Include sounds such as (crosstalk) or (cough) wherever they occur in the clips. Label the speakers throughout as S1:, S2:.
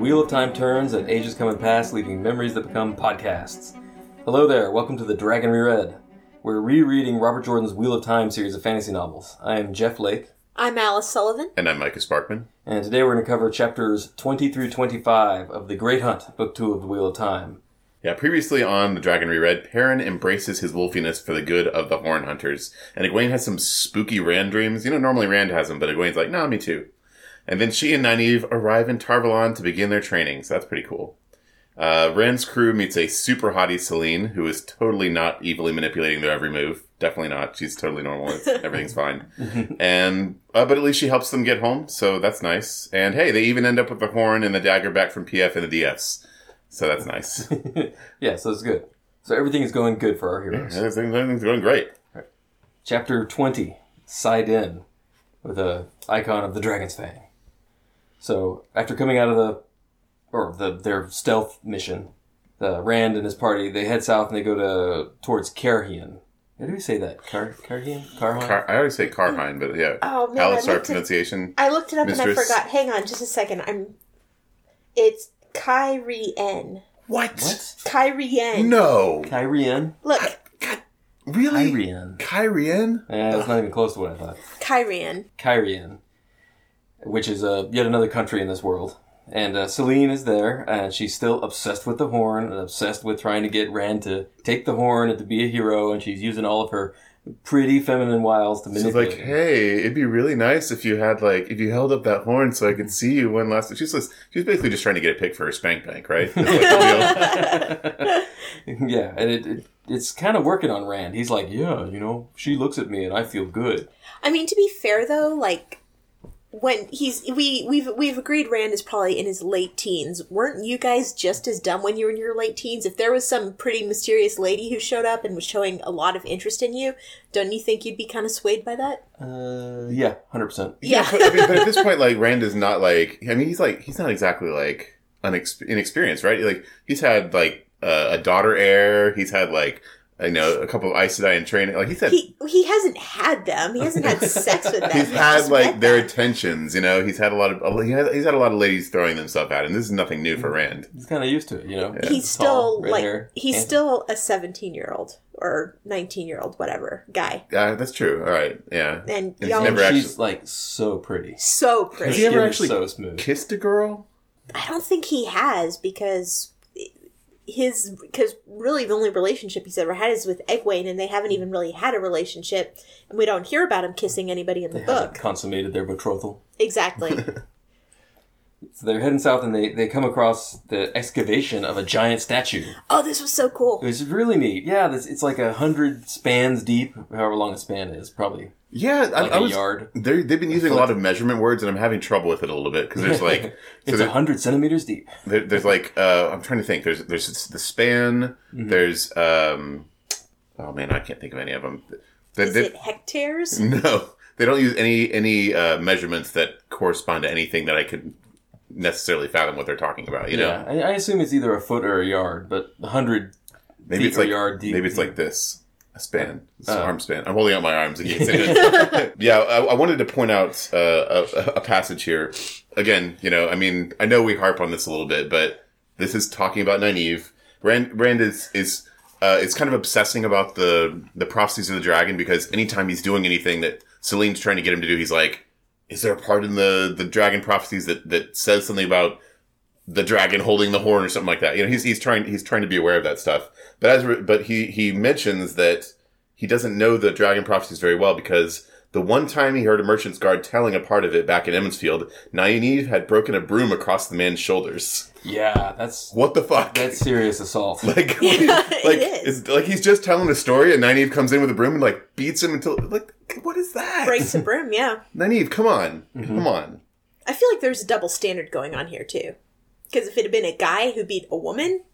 S1: wheel of time turns and ages come and pass, leaving memories that become podcasts. Hello there, welcome to the Dragon Reread. We're rereading Robert Jordan's Wheel of Time series of fantasy novels. I am Jeff Lake,
S2: I'm Alice Sullivan.
S3: And I'm Micah Sparkman.
S1: and today we're going to cover chapters 20 through 25 of The Great Hunt, Book 2 of The Wheel of Time.
S3: Yeah, previously on The Dragon Reread, Perrin embraces his wolfiness for the good of the Horn Hunters, and Egwene has some spooky Rand dreams. You know, normally Rand has them, but Egwene's like, nah, me too. And then she and Nynaeve arrive in Tarvalon to begin their training, so that's pretty cool. Uh, Rand's crew meets a super hottie Celine, who is totally not evilly manipulating their every move. Definitely not. She's totally normal. It's, everything's fine. And uh, but at least she helps them get home, so that's nice. And hey, they even end up with the horn and the dagger back from PF and the DFs, so that's nice.
S1: yeah, so it's good. So everything is going good for our heroes.
S3: Everything's, everything's going great.
S1: Chapter 20, Side In, with a icon of the Dragon's Fang. So, after coming out of the, or the, their stealth mission, uh, Rand and his party, they head south and they go to, towards Carhian. How do we say that? Car, Carhian? Carhian?
S3: Car- I always say Carmine, but yeah.
S2: Oh, man,
S3: Alice,
S2: I
S3: our
S2: meant to-
S3: pronunciation.
S2: I looked it up and I
S3: Mistress.
S2: forgot. Hang on just a second. I'm. It's Kyrie N.
S3: What?
S1: what?
S2: Kyrie N.
S3: No.
S1: Kyrian?
S2: Look,
S3: Really?
S1: Kyrian.
S3: Kyrian?
S1: Eh, that's not even close to what I thought.
S2: Kyrie N.
S1: Kyrian, which is uh, yet another country in this world. And uh, Celine is there, and she's still obsessed with the horn and obsessed with trying to get Rand to take the horn and to be a hero. And she's using all of her pretty feminine wiles to
S3: She's
S1: manipulate.
S3: like, hey, it'd be really nice if you had like if you held up that horn so I could see you one last. She's just, she's basically just trying to get a pick for her spank bank, right? That's
S2: (laughs)
S3: like the
S1: (laughs) yeah, and it, it it's kind of working on Rand. He's like, yeah, you know, she looks at me and I feel good.
S2: I mean, to be fair though, like when he's we we've we've agreed Rand is probably in his late teens. Weren't you guys just as dumb when you were in your late teens? If there was some pretty mysterious lady who showed up and was showing a lot of interest in you, don't you think you'd be kind of swayed by that?
S1: Uh, yeah, hundred percent.
S3: Yeah, but, I mean, but at this point, like Rand is not like I mean he's like he's not exactly like unex- inexperienced, right? Like he's had like uh, a daughter heir, he's had like you know a couple of Aes Sedai in training, like he's had
S2: He he hasn't had them. He hasn't had sex with them.
S3: (laughs) he's
S2: just
S3: had like
S2: read
S3: their
S2: them.
S3: attentions, you know. He's had a lot of he had, he's had a lot of ladies throwing themselves at him. This is nothing new for Rand.
S1: He's kind of used to it, you know.
S2: he's
S1: Tall,
S2: still
S1: red
S2: like
S1: hair,
S2: he's
S1: handsome.
S2: still a 17 year old or 19 year old whatever guy
S3: Uh, that's true. All right, yeah.
S2: and
S3: He's
S2: y'all
S3: never
S2: are
S3: actually-
S1: She's like so pretty.
S3: (laughs)
S2: so
S1: Her
S3: Has
S2: pretty
S3: he ever
S1: skin is
S3: actually
S1: so smooth?
S3: Kissed a girl?
S2: i don't think he has because his because really the only relationship he's ever had is with Egwene and they haven't even really had a relationship and we don't hear about him kissing anybody in the
S1: They haven't
S2: book
S1: consummated their betrothal.
S3: (laughs)
S2: exactly
S1: So they're heading south and they, they come across the excavation of a giant statue.
S2: oh this was so
S1: It
S2: cool
S1: was really neat. Yeah, this, it's like a hundred spans deep, however long a span is, probably
S3: Yeah, I,
S1: like
S3: I
S1: a
S3: was.
S1: yard.
S3: They're, they've been using a lot of measurement words, and I'm having trouble with it a little bit because there's like so
S1: (laughs) It's a
S3: there,
S1: hundred centimeters deep.
S3: there- there's like uh, I'm trying to think. There's there's the span.
S1: Mm-hmm.
S3: There's um oh man, I can't think of any of them. They,
S2: is
S3: they-
S2: it hectares
S3: (laughs) no, they don't use any any uh, measurements that correspond to anything that I could necessarily fathom what they're talking about. You know,
S1: Yeah, I, I assume it's either a foot or a yard, but a hundred.
S3: Maybe
S1: Deep
S3: it's
S1: or
S3: like
S1: yard deep.
S3: maybe it's like this. A span, It's
S1: Uh.
S3: an arm span. I'm holding out my arms in case. it is. yeah, I, I wanted to point out uh, a, a passage here. Again, you know, I mean, I know we harp on this a little bit, but this is talking about Nynaeve. Rand, Rand is is uh, is kind of obsessing about the the prophecies of the dragon because anytime he's doing anything that Celine's trying to get him to do, he's like, "Is there a part in the the dragon prophecies that that says something about the dragon holding the horn or something like that. You know, he's he's trying he's trying to be aware of that stuff. But as re- but he he mentions that he doesn't know the dragon prophecies very well because the one time he heard a merchant's guard telling a part of it back in Emmonsfield, Nynaeve had broken a broom across the man's shoulders.
S1: Yeah, that's
S3: What the fuck?
S1: that's serious assault.
S3: (laughs) like,
S2: it
S3: (laughs) like,
S2: is.
S3: it's- like he's just telling a story, and Nynaeve comes in with a broom and like beats him until like what is that?
S2: breaks a broom yeah
S3: Nynaeve, come on, come on.
S2: I feel like there's a double standard going on here too. Because if it had been a guy who beat a woman,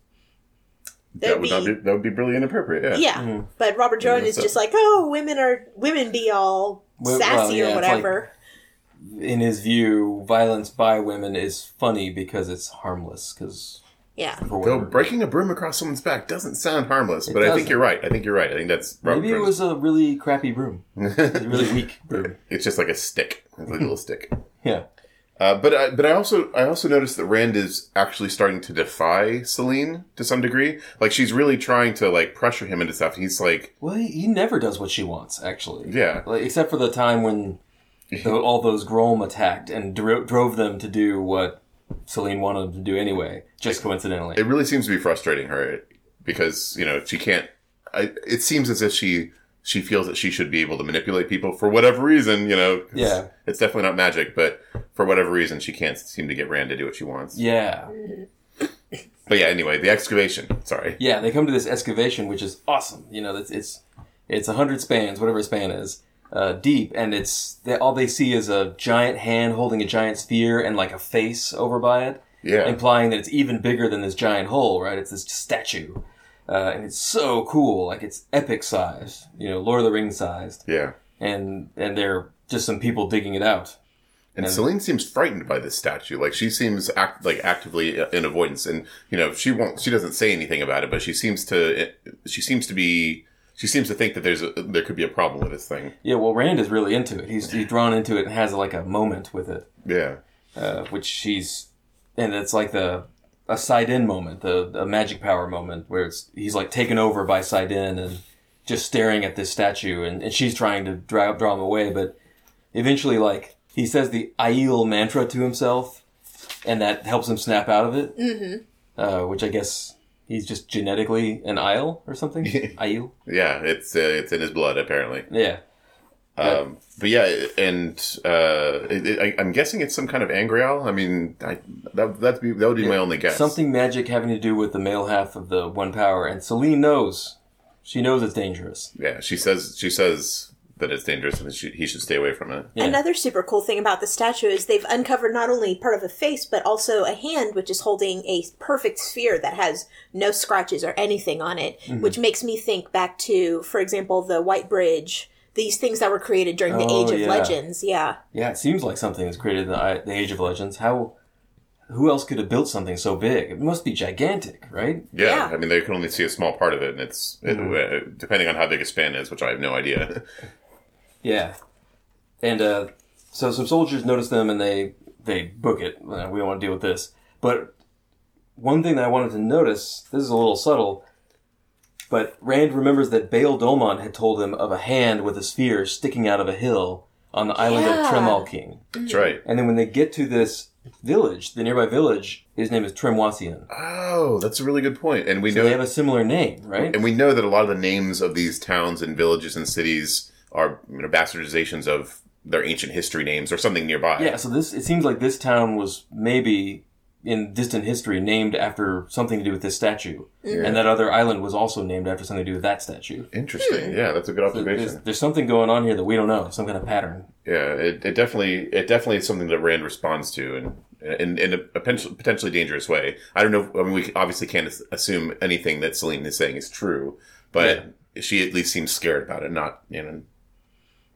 S3: That,
S2: there'd
S3: would
S2: be,
S3: not be that would be really inappropriate. Yeah.
S2: yeah.
S1: Mm.
S2: But Robert Jordan is
S3: so-
S2: just like, oh, women are women be all
S1: Well, well,
S2: sassy
S1: yeah, it's
S2: or whatever.
S1: In his view, violence by women is funny because it's harmless. Because
S2: yeah,
S1: for
S3: Though
S1: whatever.
S3: breaking a broom across someone's back doesn't sound harmless, but I
S1: doesn't.
S3: think you're right. I think you're right. I think that's Robert
S1: maybe it
S3: Jordan's-
S1: was a really
S3: (laughs)
S1: crappy broom, It was a really weak broom. (laughs)
S3: It's just like a stick. It's like a little stick.
S1: Yeah.
S3: Uh, but I, but I also I also noticed that Rand is actually starting to defy Celine to some degree. Like she's really trying to like pressure him into stuff. He's like,
S1: Well, he, he never does what she wants, actually.
S3: Yeah.
S1: Like, except for the time
S3: (laughs)
S1: when the, all those Grom attacked and dro- drove them to do what Celine wanted them to do anyway, just coincidentally.
S3: it really seems to be frustrating her because you know she can't. I, it seems as if she she feels that she should be able to manipulate people for whatever reason. You know, 'cause
S1: Yeah.
S3: it's definitely not magic, but for whatever reason she can't seem to get Rand to do what she wants.
S1: yeah.
S3: But yeah, anyway, the excavation. Sorry.
S1: Yeah, they come to this excavation, which is awesome. You know, it's it's it's a hundred spans, whatever a span is, uh, deep, and it's they, all they see is a giant hand holding a giant spear and like a face over by it,
S3: Yeah.
S1: implying that it's even bigger than this giant hole. Right? It's this statue, uh, and it's so cool. Like it's epic sized. You know, Lord of the Rings sized,
S3: Yeah.
S1: and and they're just some people digging it out.
S3: And, Celine seems frightened by this statue. Like she seems act, like actively in avoidance, and you know she won't. She doesn't say anything about it, but she seems to. She seems to be. She seems to think that there's a, there could be a problem with this thing.
S1: Yeah, well, Rand is really into it. He's he's drawn into it and has like a moment with it.
S3: Yeah,
S1: uh, which she's, and it's like the a Sidin moment, the, the magic power moment, where it's he's like taken over by Sidin and just staring at this statue, and, and she's trying to draw, draw him away, but eventually, like he says the Aiel mantra to himself, and that helps him snap out of it, mm-hmm. uh, which I guess he's just genetically an Aiel or something. Aiel,
S3: yeah. It's uh, it's in his blood apparently.
S1: yeah.
S3: Um, but yeah, and uh, it, it, I, I'm guessing it's some kind of angreal. I mean, I, that that'd be that would be my only guess.
S1: Something magic having to do with the male half of the one power, and Celine knows. She knows it's dangerous.
S3: Yeah, she says she says that it's dangerous and that she, he should stay away from it.
S1: Yeah.
S2: Another super cool thing about the statue is they've uncovered not only part of a face, but also a hand, which is holding a perfect sphere that has no scratches or anything on it,
S1: Mm-hmm.
S2: which makes me think back to, for example, the White Bridge, these things that were created during the
S1: Oh,
S2: Age of
S1: yeah.
S2: Legends. Yeah.
S1: Yeah, it seems like something was created in the, I- the Age of Legends. How? Who else could have built something so big? It must be gigantic, right?
S3: Yeah,
S2: Yeah.
S3: I mean, they can only see a small part of it, and it's it,
S1: Mm-hmm.
S3: uh, depending on how big a span is, which I have no idea.
S1: Yeah. And uh, so some soldiers notice them and they they book it. Uh, We don't want to deal with this. But one thing that I wanted to notice, this is a little subtle, but Rand remembers that Bail Dolmon had told him of a hand with a sphere sticking out of a hill on the island of
S2: Yeah.
S1: Tremal King.
S3: That's right.
S1: And then when they get to this village, the nearby village, his name is Tremwasian.
S3: Oh, that's a really good point, and we
S1: So
S3: know
S1: they have a similar name, right?
S3: and we know that a lot of the names of these towns and villages and cities are you know, bastardizations of their ancient history names or something nearby.
S1: Yeah, so this it seems like this town was maybe in distant history named after something to do with this statue, and that other island was also named after something to do with that statue.
S3: Interesting. Yeah, that's a good
S1: There's,
S3: observation.
S1: there's something going on here that we don't know, some kind of pattern.
S3: Yeah, it, it definitely it definitely is something that Rand responds to, and in, in a potential, potentially dangerous way. I don't know. I mean, we obviously can't as- assume anything that Celine is saying is true, but she at least seems scared about it. Not you know,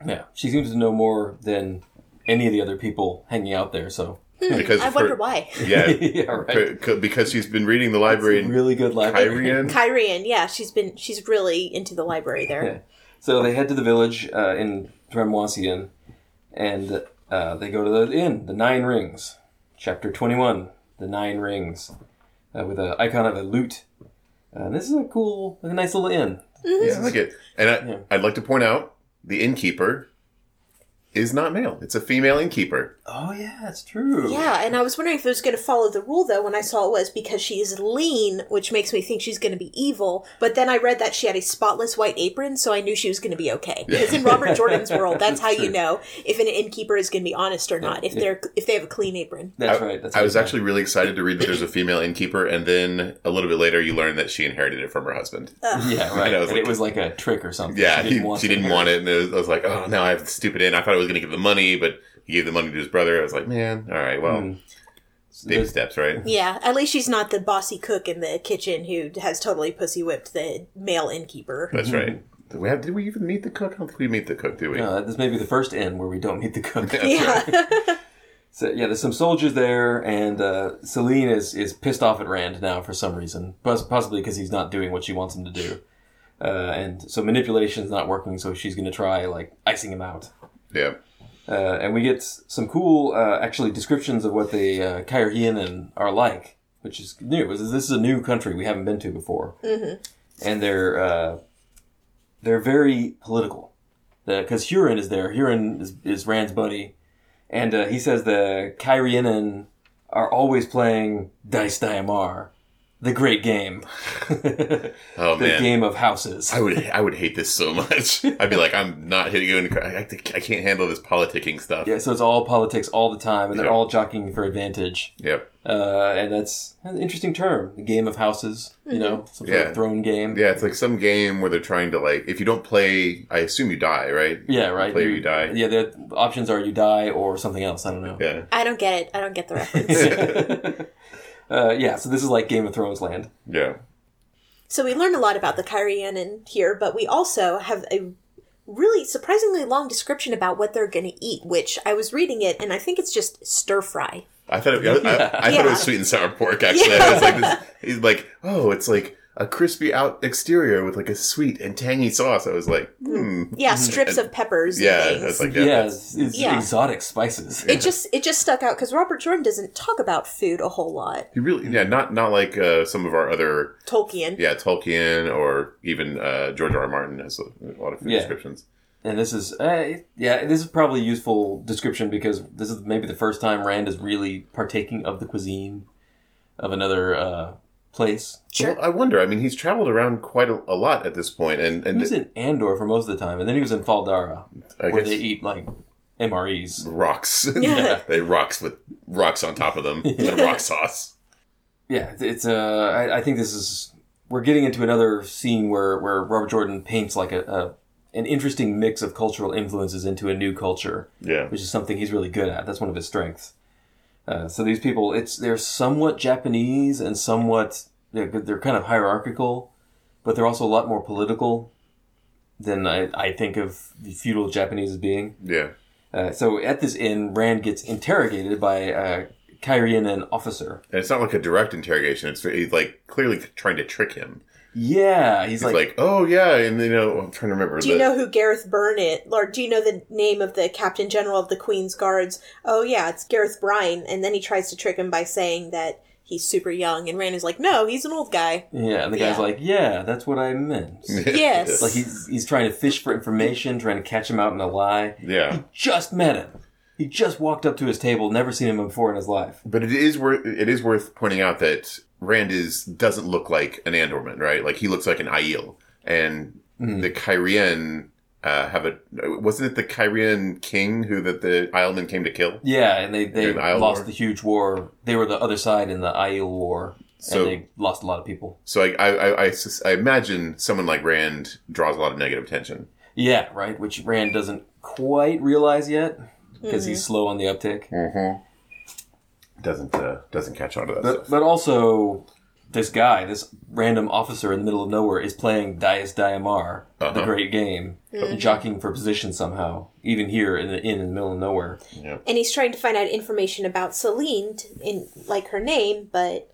S1: Yeah, she seems to know more than any of the other people hanging out there. So (laughs)
S3: because
S2: Hmm, I
S3: of
S2: wonder
S3: her-
S2: why.
S3: Yeah,
S1: yeah, right.
S3: c- c- because she's been reading the library in
S1: Really good library.
S2: (laughs)
S3: Kyrian.
S2: Kyrian, yeah, she's been she's really into the library there.
S1: Yeah. So they head to the village uh, in Tremwasian, and uh, they go to the inn, the Nine Rings, chapter twenty-one, the Nine Rings, uh, with an icon of a lute. Uh, this is a cool, a nice little inn.
S3: Yeah, I like it. And I,
S1: Yeah.
S3: I'd like to point out the innkeeper is not male; it's a female innkeeper.
S1: Oh yeah, that's true.
S2: Yeah, and I was wondering if it was going to follow the rule though when I saw it was because she is lean, which makes me think she's going to be evil. But then I read that she had a spotless white apron, so I knew she was going to be okay. Because in Robert Jordan's
S3: (laughs)
S2: world, that's how you know if an innkeeper is going to be honest or not if they're if they have a clean apron.
S1: that's
S3: I-
S1: right. That's
S3: I
S1: right.
S3: was actually really excited to read that there's a female innkeeper, and then a little bit later, you learn that she inherited it from her husband.
S1: (laughs) yeah, right.
S3: (laughs) I was
S1: and
S3: like-
S1: it was like a trick or something.
S3: yeah, he- Uh, she
S1: it.
S3: didn't want it, and it was, I was like, "Oh no, I have the stupid inn." I thought I was going to give the money, but he gave the money to his brother. I was like, "Man, all right, well, baby steps, right?"
S2: Yeah, at least she's not the bossy cook in the kitchen who has totally pussy whipped the male innkeeper.
S3: That's right. (laughs) Did we, have, did we even meet the cook? I don't think we meet the cook, do we?
S1: Uh, this may be the first inn where we don't meet the
S3: (laughs)
S1: cook.
S3: That's right.
S2: (laughs) Yeah,
S1: So yeah, there's some soldiers there, and uh, Celine is is pissed off at Rand now for some reason, Pos- possibly because he's not doing what she wants him to do, uh, and so manipulation's not working. So she's going to try like icing him out.
S3: Yeah.
S1: Uh, and we get s- some cool, uh, actually, descriptions of what the uh, Kairhienan are like, which is new. This is- This is a new country we haven't been to before, mm-hmm. and they're uh, they're very political. Because Huron is there. Huron is, is Rand's buddy, and uh, he says the Kairhienan are always playing Dice Diamar, the great game, (laughs) the
S3: Oh man.
S1: game of houses.
S3: I would I would hate this so much. (laughs) I'd be like, I'm not hitting you. In, I, I think- I can't handle this politicking stuff.
S1: Yeah, so it's all politics all the time, and they're
S3: Yeah.
S1: all jockeying for advantage.
S3: Yep.
S1: Uh, and that's an interesting term, the game of houses, you know, some sort
S3: Yeah.
S1: of throne game.
S3: Yeah, it's like some game where they're trying to like, if you don't play, I assume you die, right?
S1: Yeah, right.
S3: Play or you die.
S1: Yeah, the options are you die or something else. I don't know.
S3: Yeah.
S2: (laughs) I don't get it. I don't get the reference.
S1: (laughs)
S3: (laughs)
S1: Uh, yeah, so this is like Game of Thrones land.
S3: Yeah.
S2: So we learned a lot about the Kyrianan here, but we also have a really surprisingly long description about what they're going to eat, which I was reading it and I think it's just stir fry.
S3: I thought it, I, I, I thought it
S2: Yeah.
S3: was sweet and sour pork. Actually, I was like, this, he's like, oh, it's like a crispy out exterior with like a sweet and tangy sauce. I was like, hmm,
S2: Yeah, strips of peppers. and
S3: yeah, I
S2: things.
S3: was like,
S1: Yeah,
S3: yeah, that's-
S1: it's, it's
S2: Yeah.
S1: exotic spices.
S2: it just it just stuck out because Robert Jordan doesn't talk about food a whole lot.
S3: you really, yeah, not not like uh, some of our other,
S2: Tolkien.
S3: yeah, Tolkien or even uh, George R. R. Martin has a, a lot of food
S1: Yeah.
S3: descriptions.
S1: and this is, uh, yeah, this is probably a useful description because this is maybe the first time Rand is really partaking of the cuisine of another uh, place.
S2: Sure.
S3: Well, I wonder. I mean, he's traveled around quite a, a lot at this point, and
S1: He
S3: and
S1: was in Andor for most of the time, and then he was in Faldara,
S3: I
S1: where
S3: guess
S1: they eat like MREs.
S2: (laughs)
S3: rocks. (laughs) they rocks with rocks on top of them and rock sauce.
S1: Yeah, it's- it's. Uh, I, I think this is. We're getting into another scene where where Robert Jordan paints like a, a an interesting mix of cultural influences into a new culture,
S3: Yeah,
S1: which is something he's really good at. That's one of his strengths. Uh, so these people, it's they're somewhat Japanese and somewhat they're they're kind of hierarchical, but they're also a lot more political than I, I think of the feudal Japanese as being.
S3: yeah.
S1: Uh, so at this inn, Rand gets interrogated by uh, a Kyrian officer.
S3: And it's not like a direct interrogation. It's he's like clearly trying to trick him.
S1: Yeah, he's,
S3: He's
S1: like,
S3: like, oh yeah, and you know, I'm trying to remember.
S2: Do you
S3: (laughs) the-
S2: know who Gareth Byrne is? Or do you know the name of the Captain General of the Queen's Guards? Oh, yeah, it's Gareth Bryan. And then he tries to trick him by saying that he's super young. And Rand is like, no, he's an old guy.
S1: yeah, and the guy's
S2: Yeah.
S1: like, yeah, that's what I meant.
S2: Yes.
S1: like he's he's trying to fish for information, trying to catch him out in a lie.
S3: (laughs) yeah,
S1: Just met him. He just walked up to his table, never seen him before in his life.
S3: but it is worth it is worth pointing out that Rand is doesn't look like an Andorman, right? Like he looks like an Aiel, and the Kyrian uh, have a wasn't it the Kyrian king who that the Islemen came to kill?
S1: Yeah, and they they
S3: During the Isle
S1: lost
S3: War?
S1: the huge war. They were the other side in the Aiel War,
S3: So-
S1: and they lost a lot of people.
S3: So I I, I, I, sus- I imagine someone like Rand draws a lot of negative attention.
S1: Yeah, right. Which Rand doesn't quite realize yet because he's slow on the uptick.
S3: Mm-hmm. Doesn't uh, doesn't catch on to that.
S1: But,
S3: stuff.
S1: but also, this guy, this random officer in the middle of nowhere, is playing Dias Diamar, the
S3: Uh-huh.
S1: great game, and jockeying for position somehow, even here in the inn in the middle of nowhere.
S3: Yeah.
S2: And he's trying to find out information about Celine, t- in like her name, but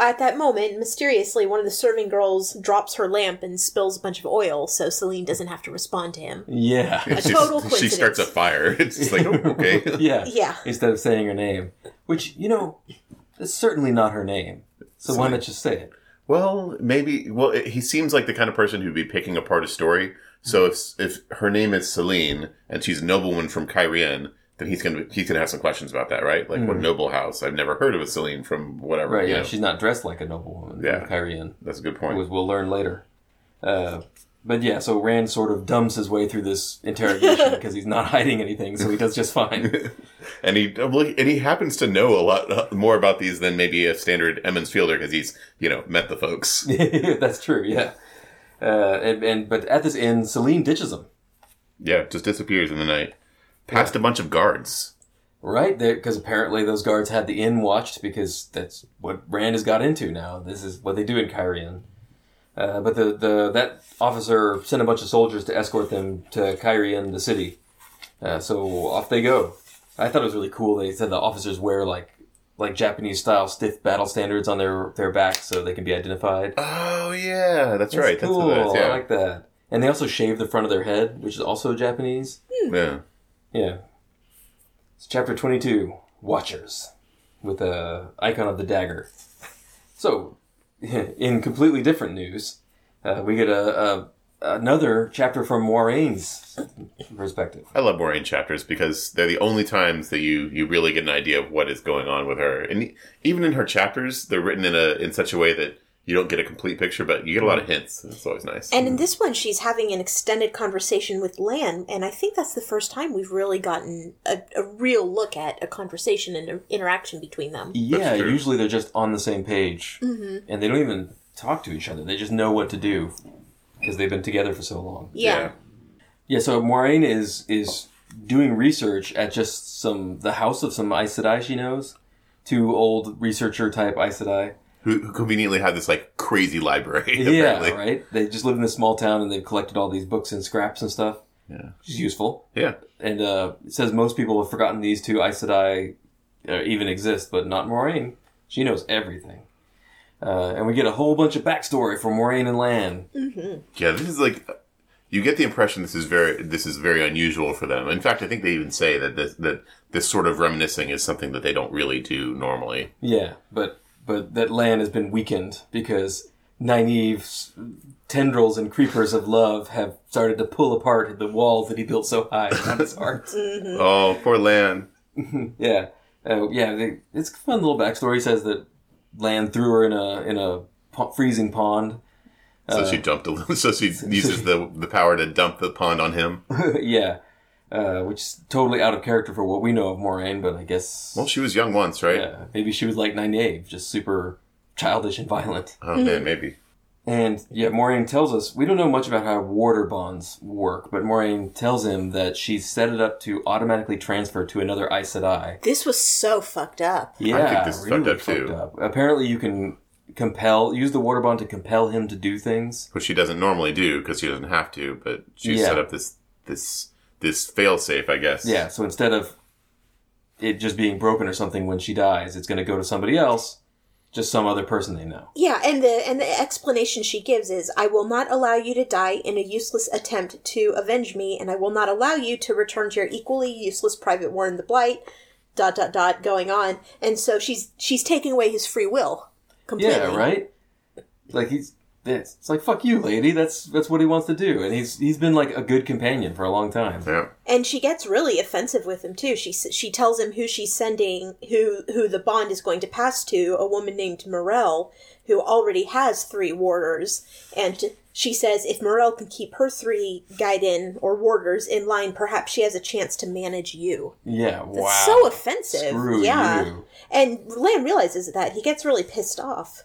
S2: at that moment, mysteriously, one of the serving girls drops her lamp and spills a bunch of oil, so Celine doesn't have to respond to him.
S1: (laughs) Yeah.
S3: She-
S2: total
S3: (laughs) She
S2: coincidence.
S3: starts a fire. (laughs) It's just like, oh, okay.
S1: yeah.
S2: Yeah.
S1: Instead of saying her name. Which, you know, it's certainly not her name. So why not just say it?
S3: (laughs) Well, maybe. Well, it, he seems like the kind of person who'd be picking apart a story. So if if her name is Celine and she's a noblewoman from Kyrian, then he's gonna he's gonna have some questions about that, right? Like, what noble house? I've never heard of a Celine from whatever.
S1: Right,
S3: you
S1: yeah.
S3: know.
S1: She's not dressed like a noblewoman.
S3: Yeah.
S1: Yeah. Kyrian.
S3: that's a good point.
S1: was we'll learn later. Uh, but yeah, so Rand sort of dumbs his way through this (laughs) interrogation because he's not hiding anything, so he does just fine.
S3: and he well, he- and he happens to know a lot uh, more about these than maybe a standard Emmons fielder because he's you know met the folks.
S1: (laughs) That's true, yeah. Uh, and, and but at this end, Celine ditches him,
S3: yeah, just disappears in the night. Past a bunch of guards.
S1: right? Because apparently those guards had the inn watched because that's what Rand has got into now. This is what they do in Kyrian. Uh, but the, the that officer sent a bunch of soldiers to escort them to Kyrian, the city. Uh, so off they go. I thought it was really cool. They said the officers wear like like Japanese style stiff battle standards on their their backs so they can be identified.
S3: Oh yeah, that's,
S1: That's
S3: right.
S1: cool.
S3: That's what that is.
S1: I
S3: Yeah.
S1: like that. And they also shave the front of their head, which is also Japanese.
S3: yeah.
S1: Yeah, It's chapter 22, Watchers, with the icon of the dagger. So, (laughs) in completely different news, uh, we get a, a another chapter from Moraine's perspective.
S3: I love Moraine chapters because they're the only times that you you really get an idea of what is going on with her. And even in her chapters, they're written in a in such a way that you don't get a complete picture, but you get a lot of hints. It's always nice.
S2: And in this one, she's having an extended conversation with Lan, and I think that's the first time we've really gotten a, a real look at a conversation and a interaction between them.
S3: E,
S1: Yeah,
S3: That's true.
S1: usually they're just on the same page, and they don't even talk to each other. They just know what to do because they've been together for so long.
S2: Yeah.
S1: Yeah, so Moraine is is doing research at just some the house of some Aes Sedai she knows, two old researcher type Aes Sedai.
S3: Who, who conveniently had this like crazy library. (laughs)
S1: Yeah,
S3: apparently.
S1: right. They just live in this small town and they've collected all these books and scraps and stuff.
S3: Yeah.
S1: which is useful.
S3: Yeah.
S1: And uh, it says most people have forgotten these two Aes Sedai uh, even exist, but not Moraine. She knows everything. Uh, and we get a whole bunch of backstory from Moraine and Lan.
S3: Yeah, this is like you get the impression this is very this is very unusual for them. In fact, I think they even say that this that this sort of reminiscing is something that they don't really do normally.
S1: Yeah, but but that Lan has been weakened because Nynaeve's tendrils and creepers of love have started to pull apart the walls that he built so high around his heart.
S3: Oh, poor Lan.
S1: Yeah, uh, yeah. They, it's a fun little backstory. He says that Lan threw her in a in a po- freezing pond. (laughs)
S3: So
S1: Uh.
S3: she dumped a little, (laughs) so she uses the the power to dump the pond on him.
S1: yeah, uh, which is totally out of character for what we know of Moraine. But I guess
S3: Well, she was young once, right?
S1: yeah, maybe she was like Nynaeve, just super childish and violent.
S3: Oh
S2: Mm-hmm.
S3: man, maybe.
S1: And yeah, Moraine tells us we don't know much about how water bonds work, but Moraine tells him that she set it up to automatically transfer to another Aes Sedai.
S2: This was so fucked up.
S1: Yeah,
S3: this is fucked up, too.
S1: Apparently, you can compel use the water bond to compel him to do things.
S3: Which she doesn't normally do because she doesn't have to, but she
S1: Yeah.
S3: set up this this this failsafe, I guess.
S1: Yeah, so instead of it just being broken or something when she dies, it's going to go to somebody else, just some other person they know.
S2: Yeah, and the and the explanation she gives is I will not allow you to die in a useless attempt to avenge me, and I will not allow you to return to your equally useless private war in the blight, dot dot dot going on. And so she's she's taking away his free will completely.
S1: Yeah, right. Like he's it's, it's like fuck you, lady. That's that's what he wants to do, and he's he's been like a good companion for a long time.
S3: Yeah.
S2: And she gets really offensive with him too. She s- she tells him who she's sending, who who the bond is going to pass to, a woman named Morel, who already has three warders. And she says if Morel can keep her three Gaiden or warders in line, perhaps she has a chance to manage you.
S1: Yeah, wow.
S2: It's
S1: (laughs)
S2: so offensive.
S1: Screw
S2: yeah.
S1: you.
S2: And Lamb realizes that he gets really pissed off.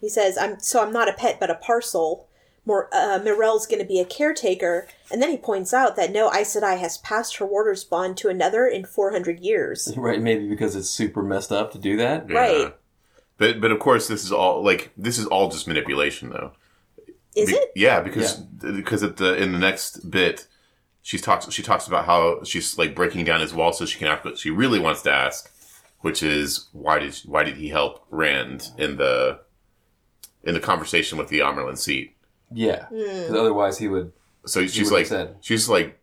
S2: He says, "I'm so I'm not a pet, but a parcel." More, uh, Mirel's going to be a caretaker, and then he points out that no Aes Sedai has passed her warder's bond to another in 400 years.
S1: Right, maybe because it's super messed up to do that.
S3: Yeah.
S2: Right.
S3: But but of course this is all like this is all just manipulation though.
S2: Is
S3: Be-
S2: it?
S3: Yeah, because because at the in the next bit, she talks she talks about how she's like breaking down his wall so she can ask what she really wants to ask, which is why did why did he help Rand in the in the conversation with the Amerlin seat?
S1: Yeah,
S2: Hmm.
S1: because otherwise he would.
S3: So she's
S1: what he
S3: like
S1: said.
S3: she's like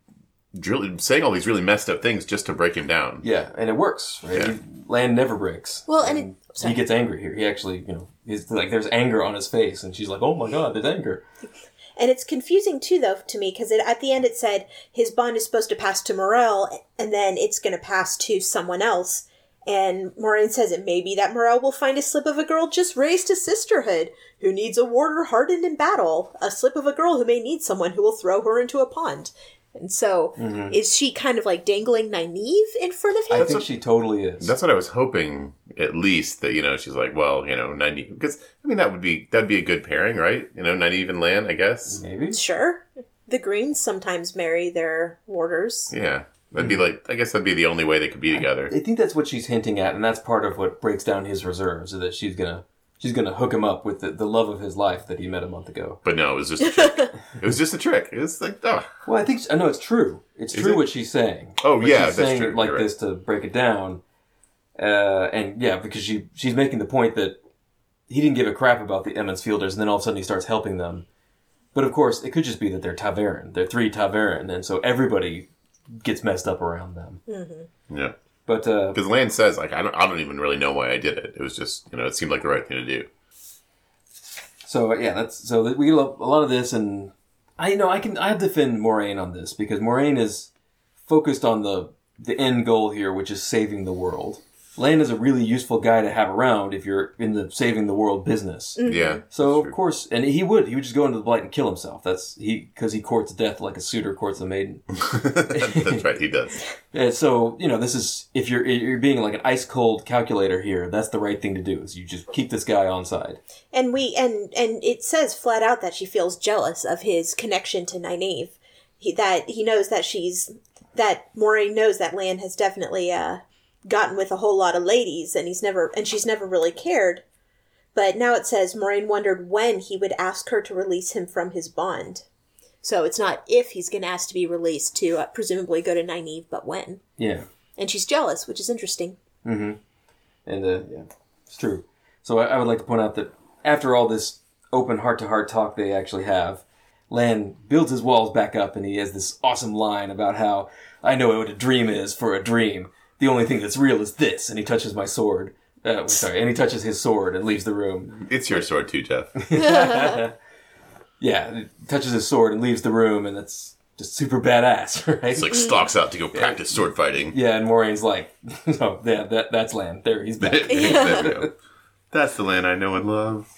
S3: drilling, saying all these really messed up things just to break him down.
S1: Yeah, and it works. Right,
S3: Yeah.
S1: land never breaks.
S2: Well, and it,
S1: he
S2: sorry.
S1: gets angry here. He actually, you know, he's like there's anger on his face, and she's like, "Oh my god, there's anger."
S2: and it's confusing too, though, to me because at the end it said his bond is supposed to pass to Morel, and then it's going to pass to someone else. And Morin says it may be that Morel will find a slip of a girl just raised to sisterhood, who needs a warder hardened in battle, a slip of a girl who may need someone who will throw her into a pond. And so, is she kind of like dangling Nynaeve in front of
S1: Mm-hmm. I
S2: him?
S1: think she totally is.
S3: That's what I was hoping, at least that you know she's like, well, you know, ninety because I mean that would be that'd be a good pairing, right? You know, ninety even land, I guess.
S1: Maybe.
S2: sure. The Greens sometimes marry their warders.
S3: Yeah, that'd be like I guess that'd be the only way they could be together.
S1: I think that's what she's hinting at, and that's part of what breaks down his reserves. Is that she's gonna she's gonna hook him up with the, the love of his life that he met a month ago.
S3: But no, it was just a trick. it was just a trick. It was like, oh,
S1: Well, I think I know it's true. It's
S3: Is
S1: true
S3: it?
S1: what she's saying.
S3: Oh,
S1: But
S3: yeah,
S1: she's
S3: that's
S1: saying
S3: true.
S1: it like
S3: You're right.
S1: this to break it down, uh, and yeah, because she she's making the point that he didn't give a crap about the Emmons Fielders, and then all of a sudden he starts helping them. But of course, it could just be that they're Taverin. They're three Taverin, and so everybody gets messed up around them.
S3: yeah.
S1: But uh,
S3: Because Land says, like, I don't, I don't even really know why I did it. It was just, you know, it seemed like the right thing to do.
S1: So yeah, that's so that we love a lot of this, and I you know I can I defend Moraine on this because Moraine is focused on the the end goal here, which is saving the world. Land is a really useful guy to have around if you're in the saving the world business.
S3: Yeah. (laughs)
S1: So
S3: that's
S1: of
S3: true.
S1: course, and he would he would just go into the blight and kill himself. That's he because he courts death like a suitor courts a maiden.
S3: That's right, he does.
S1: And so you know this is if you're you're being like an ice cold calculator here, that's the right thing to do is you just keep this guy on side.
S2: And we and and it says flat out that she feels jealous of his connection to Nynaeve. He, that he knows that she's that Moraine knows that Lan has definitely uh gotten with a whole lot of ladies and he's never and she's never really cared. But now it says Moraine wondered when he would ask her to release him from his bond. So it's not if he's going to ask to be released to uh, presumably go to Nynaeve, but when.
S1: Yeah.
S2: And she's jealous, which is interesting.
S1: And uh, yeah, it's true. So I, I would like to point out that after all this open heart to heart talk they actually have, Lan builds his walls back up and he has this awesome line about how I know what a dream is for a dream. The only thing that's real is this. And he touches my sword. Uh, sorry, and he touches his sword and leaves the room.
S3: (laughs)
S1: (laughs)
S3: It's your sword too, Jeff.
S1: Yeah, he touches his sword and leaves the room, and that's just super badass, (laughs) right?
S3: It's like stalks out to go practice sword fighting.
S1: yeah, and Moraine's like, (laughs) no, yeah, that, that's Lan. There, he's
S3: (laughs)
S1: back.
S3: There we go. That's the land I know and love.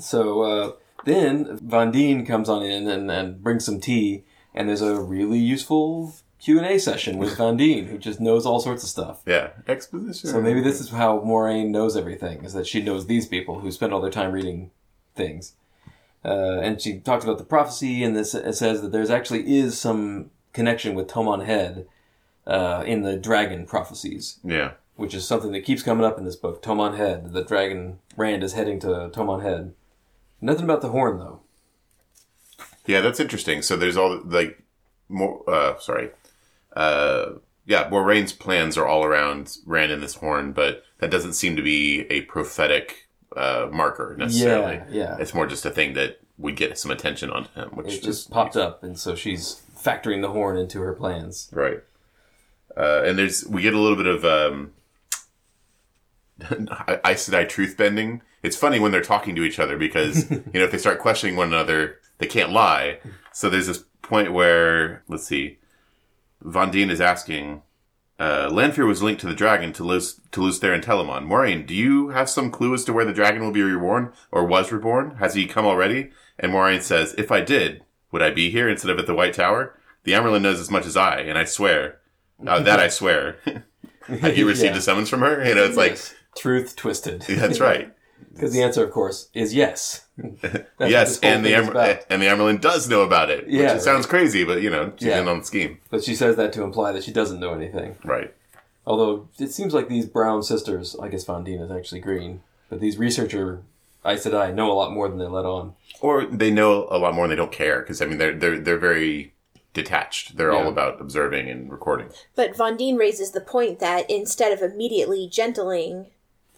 S1: So uh, then Von Deen comes on in and, and brings some tea, and there's a really useful Q and A session with Von Deen, who just knows all sorts of stuff.
S3: Yeah. Exposition.
S1: So maybe this is how Moraine knows everything: is that she knows these people who spend all their time reading things. Uh, and she talks about the prophecy, and this it says that there's actually is some connection with Tomon Head uh, in the dragon prophecies,
S3: Yeah.
S1: which is something that keeps coming up in this book. Tomon Head, the dragon Rand is heading to Tomon Head. Nothing about the horn though.
S3: Yeah, that's interesting. So there's all like more. Uh, sorry. Uh, yeah, Moraine's plans are all around Rand and this horn, but that doesn't seem to be a prophetic uh, marker necessarily.
S1: Yeah, yeah.
S3: It's more just a thing that would get some attention on him, which
S1: It
S3: is
S1: just popped up, and so she's factoring the horn into her plans.
S3: right. Uh, and there's we get a little bit of um, (laughs) I I said I truth bending. It's funny when they're talking to each other
S1: (laughs)
S3: because you know if they start questioning one another, they can't lie. So there's this point where let's see, Von Deen is asking, uh, Lanfear was linked to the dragon to lose to lose their Intelamon. Moraine, do you have some clue as to where the dragon will be reborn or was reborn? Has he come already? And Moraine says, If I did, would I be here instead of at the White Tower? The Amerlin knows as much as I, and I swear. Uh, that I swear. (laughs)
S1: (laughs)
S3: Have you received
S1: Yeah.
S3: a summons from her? You know, it's like
S1: Yes. truth twisted,
S3: (laughs) that's
S1: (laughs)
S3: right.
S1: because the answer, of course, is yes. (laughs) That's what
S3: (laughs) yes,
S1: this whole
S3: and the
S1: thing is
S3: Emer- eh.
S1: about.
S3: and the Emerlin does know about it,
S1: Yeah,
S3: which
S1: right.
S3: it sounds crazy, but you know she's
S1: Yeah.
S3: in on the scheme,
S1: but she says that to imply that she doesn't know anything.
S3: right?
S1: Although it seems like these brown sisters, I guess Fondina is actually green, but these researcher Aes Sedai know a lot more than they let on.
S3: Or they know a lot more and they don't care because I mean they're they're they're very detached. They're all
S1: Yeah.
S3: about observing and recording.
S2: But Von Deen raises the point that instead of immediately gentling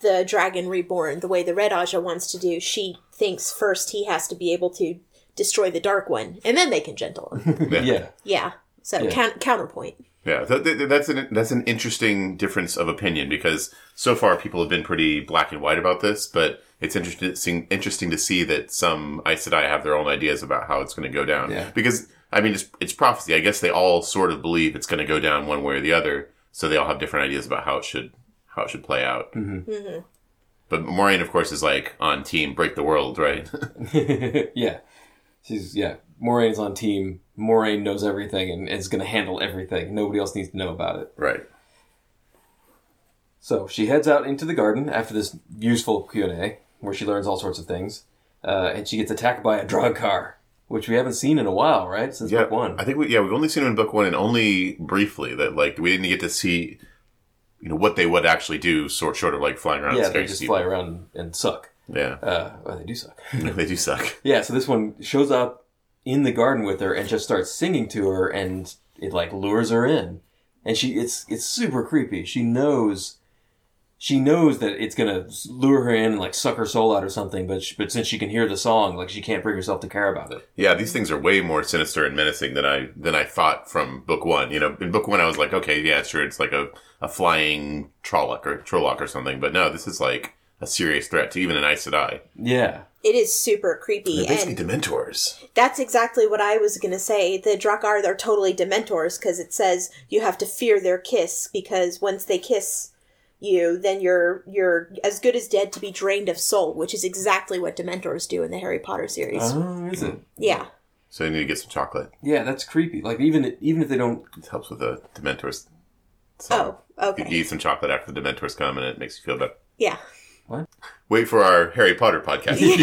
S2: the dragon reborn the way the Red Aja wants to do, she thinks first he has to be able to destroy the Dark One, and then they can gentle
S3: (laughs)
S2: him.
S1: (laughs)
S3: Yeah,
S1: Yeah,
S2: yeah. So coun- counterpoint.
S3: Yeah, th- th- that's an that's an interesting difference of opinion because so far people have been pretty black and white about this, but it's interesting interesting to see that some Aes Sedai have their own ideas about how it's going to go down.
S1: Yeah.
S3: Because I mean, it's it's prophecy. I guess they all sort of believe it's going to go down one way or the other, so they all have different ideas about how it should how it should play out. Mm-hmm. But Moraine, of course, is like on team break the world, right?
S1: (laughs) yeah. She's yeah. Moraine's on team. Moraine knows everything and is going to handle everything. Nobody else needs to know about it.
S3: (laughs) right.
S1: So she heads out into the garden after this useful Q and A, where she learns all sorts of things, uh, and she gets attacked by a drug car, which we haven't seen in a while, right? Since
S3: Yeah,
S1: book one.
S3: I think we yeah we've only seen him in book one and only briefly that like we didn't get to see you know what they would actually do sort short of like flying around
S1: yeah,
S3: and
S1: they
S3: scaring
S1: just
S3: people.
S1: fly around and suck.
S3: Yeah, (laughs)
S1: Uh, well, they do suck. (laughs)
S3: they do suck.
S1: yeah, so this one shows up in the garden with her and just starts singing to her, and it like lures her in, and she it's it's super creepy. She knows she knows that it's gonna lure her in and like suck her soul out or something. But she, but since she can hear the song, like she can't bring herself to care about it.
S3: Yeah, these things are way more sinister and menacing than I than I thought from book one. You know, in book one I was like, okay, yeah, sure, it's like a, a flying Trolloc or Trolloc or something, but no, this is like a serious threat to even an Aes Sedai.
S1: Yeah,
S2: It is super creepy,
S3: They're basically
S2: and
S3: Dementors.
S2: that's exactly what I was gonna say. The Drakkar are totally Dementors because it says you have to fear their kiss because once they kiss you, then you're you're as good as dead to be drained of soul, which is exactly what Dementors do in the Harry Potter series.
S1: oh, is it?
S2: Yeah,
S3: So you need to get some chocolate.
S1: Yeah, that's creepy. Like even even if they don't,
S3: It helps with the Dementors.
S2: Oh, okay.
S3: You eat some chocolate after the Dementors come, and it makes you feel better.
S2: yeah.
S3: Wait for our Harry Potter podcast. (laughs)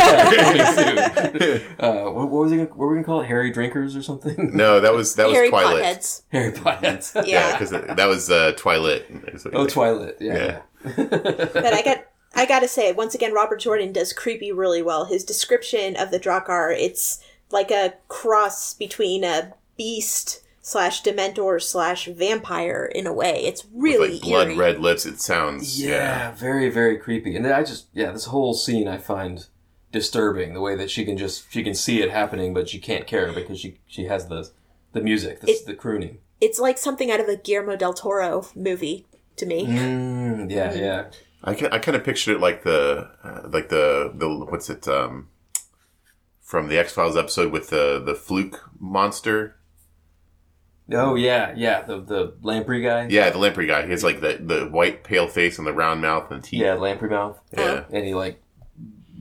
S1: (laughs) uh, what, what was it? What were we gonna call it? Harry drinkers or something?
S3: No, that was that was
S2: Harry
S3: Twilight.
S2: Potheads.
S1: (laughs) Harry Potheads.
S3: Yeah,
S2: Yeah.
S3: because that was uh, Twilight.
S1: Oh, Twilight. Yeah.
S3: Yeah.
S1: (laughs)
S2: but I got I gotta say, once again, Robert Jordan does creepy really well. His description of the Drakkar, it's like a cross between a beast slash Dementor slash vampire in a way. It's really
S3: like blood
S2: eerie.
S3: red lips. It sounds
S1: yeah. Very very creepy. And then I just yeah, this whole scene I find disturbing. The way that she can just she can see it happening, but she can't care because she she has the the music, the, the crooning.
S2: It's like something out of a Guillermo del Toro movie to me.
S1: Mm, yeah, yeah.
S3: I can, I kind of pictured it like the uh, like the the what's it um from the X Files episode with the the fluke monster.
S1: Oh yeah, yeah. The the lamprey guy.
S3: Yeah, the lamprey guy. He has like the the white pale face and the round mouth and teeth.
S1: Yeah, lamprey mouth,
S3: Yeah,
S1: and he like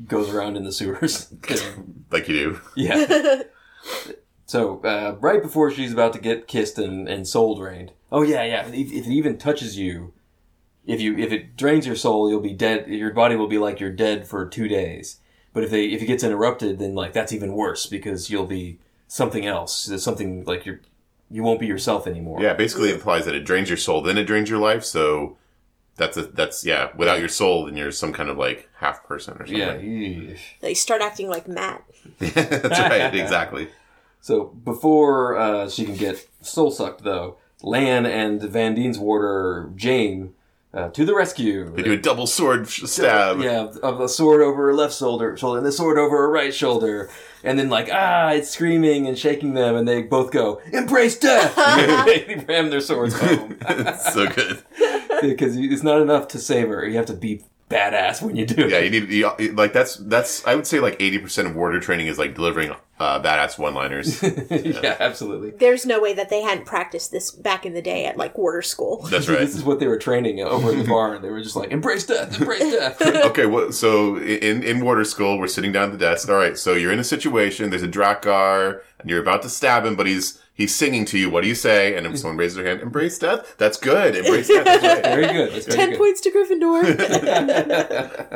S1: goes around in the sewers. (laughs)
S3: like you do.
S1: yeah. So uh, right before she's about to get kissed and, and soul drained. Oh yeah, yeah. If, if it even touches you, if you if it drains your soul, you'll be dead. Your body will be like you're dead for two days. But if they if it gets interrupted, then like that's even worse because you'll be something else. There's something like you're you won't be yourself anymore.
S3: Yeah, basically implies that it drains your soul, then it drains your life. So that's a that's yeah. Without your soul, then you're some kind of like half person or something.
S1: Yeah. eesh.
S2: They start acting like Matt.
S3: (laughs) that's right. Exactly.
S1: So before uh, she can get soul sucked, though, Lan and Van Dien's warder Jane uh, to the rescue.
S3: They do a double sword sh- stab.
S1: yeah, of- of a sword over her left shoulder, shoulder, and the sword over her right shoulder, and then like ah, it's screaming and shaking them, and they both go embrace death. (laughs) they ram their swords (laughs) home
S3: so good.
S1: because it's not enough to save her; you have to be badass when you do it.
S3: Yeah, you need you, like that's that's I would say like eighty percent of warder training is like delivering uh, badass one
S1: (laughs)
S3: liners.
S1: yeah, absolutely.
S2: There's no way that they hadn't practiced this back in the day at like warder school.
S3: That's right.
S1: This is what they were training over at the barn. They were just like embrace death, embrace (laughs) death.
S3: Okay, well, so in in warder school, we're sitting down at the desk. All right, so you're in a situation. There's a Drakkar, and you're about to stab him, but he's he's singing to you. What do you say? And if someone raises their hand, embrace death. That's good. Embrace death. That's
S1: (laughs)
S3: right.
S1: Very good. That's very
S2: Ten
S1: good.
S2: points to
S1: (laughs)
S2: Gryffindor.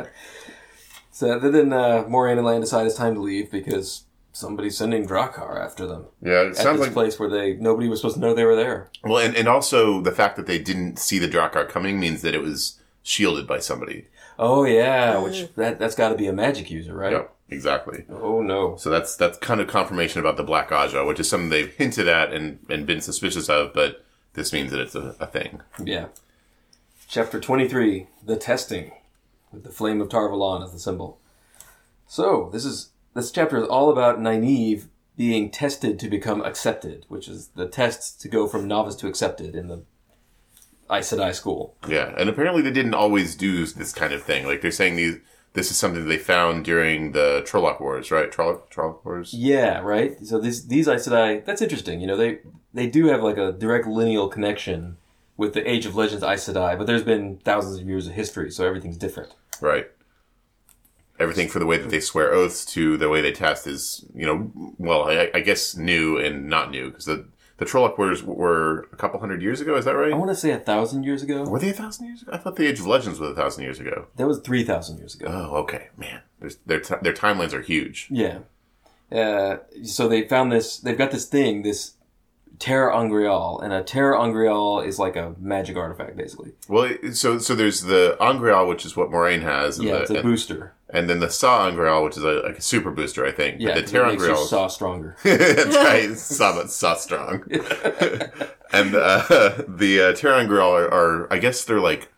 S1: So th- then uh, Moraine and Lan decide it's time to leave because somebody's sending Drakkar after them.
S3: Yeah, it
S1: At
S3: sounds
S1: this
S3: like
S1: place where they nobody was supposed to know they were there.
S3: well, and, and also the fact that they didn't see the Drakkar coming means that it was shielded by somebody.
S1: Oh yeah, which that that's got to be a magic user, right?
S3: Yep, exactly.
S1: Oh no.
S3: So that's that's kind of confirmation about the Black Aja, which is something they've hinted at and, and been suspicious of, but this means that it's a, a thing.
S1: Yeah. Chapter 23 The Testing, with the flame of Tarvalon as the symbol. So, this is this chapter is all about Nynaeve being tested to become accepted, which is the test to go from novice to accepted in the Aes Sedai school.
S3: Yeah, and apparently they didn't always do this kind of thing. Like they're saying these, this is something they found during the Trolloc Wars, right? Trolloc, Trolloc Wars.
S1: Yeah, right. So these these Aes Sedai, that's interesting. You know, they they do have like a direct lineal connection with the Age of Legends Aes Sedai, but there's been thousands of years of history, so everything's different.
S3: Right. Everything for the way that they swear oaths to the way they test is, you know, well, I, I guess new and not new because the the Trolloc Wars were a couple hundred years ago. Is that
S1: I
S3: right?
S1: want to say a thousand years ago.
S3: Were they a thousand years ago? I thought the Age of Legends was a thousand years ago.
S1: That was three thousand years ago.
S3: Oh, okay, man. There's, their t- their timelines are huge.
S1: Yeah. Uh, so they found this. They've got this thing, this Terra Ungreal, and a Terra Ungreal is like a magic artifact, basically.
S3: Well, it- so so there's the Angreal, which is what Moraine has, and,
S1: yeah,
S3: the,
S1: it's a booster.
S3: and then the Saw Angreal, which is a, like a super booster, I think. But
S1: Yeah,
S3: the Terra
S1: it makes your
S3: Angreal,
S1: saw stronger.
S3: that's (laughs) right, Saw,
S1: (laughs)
S3: Saw strong, (laughs) and uh, the uh, Terra Angreal are, are, I guess they're like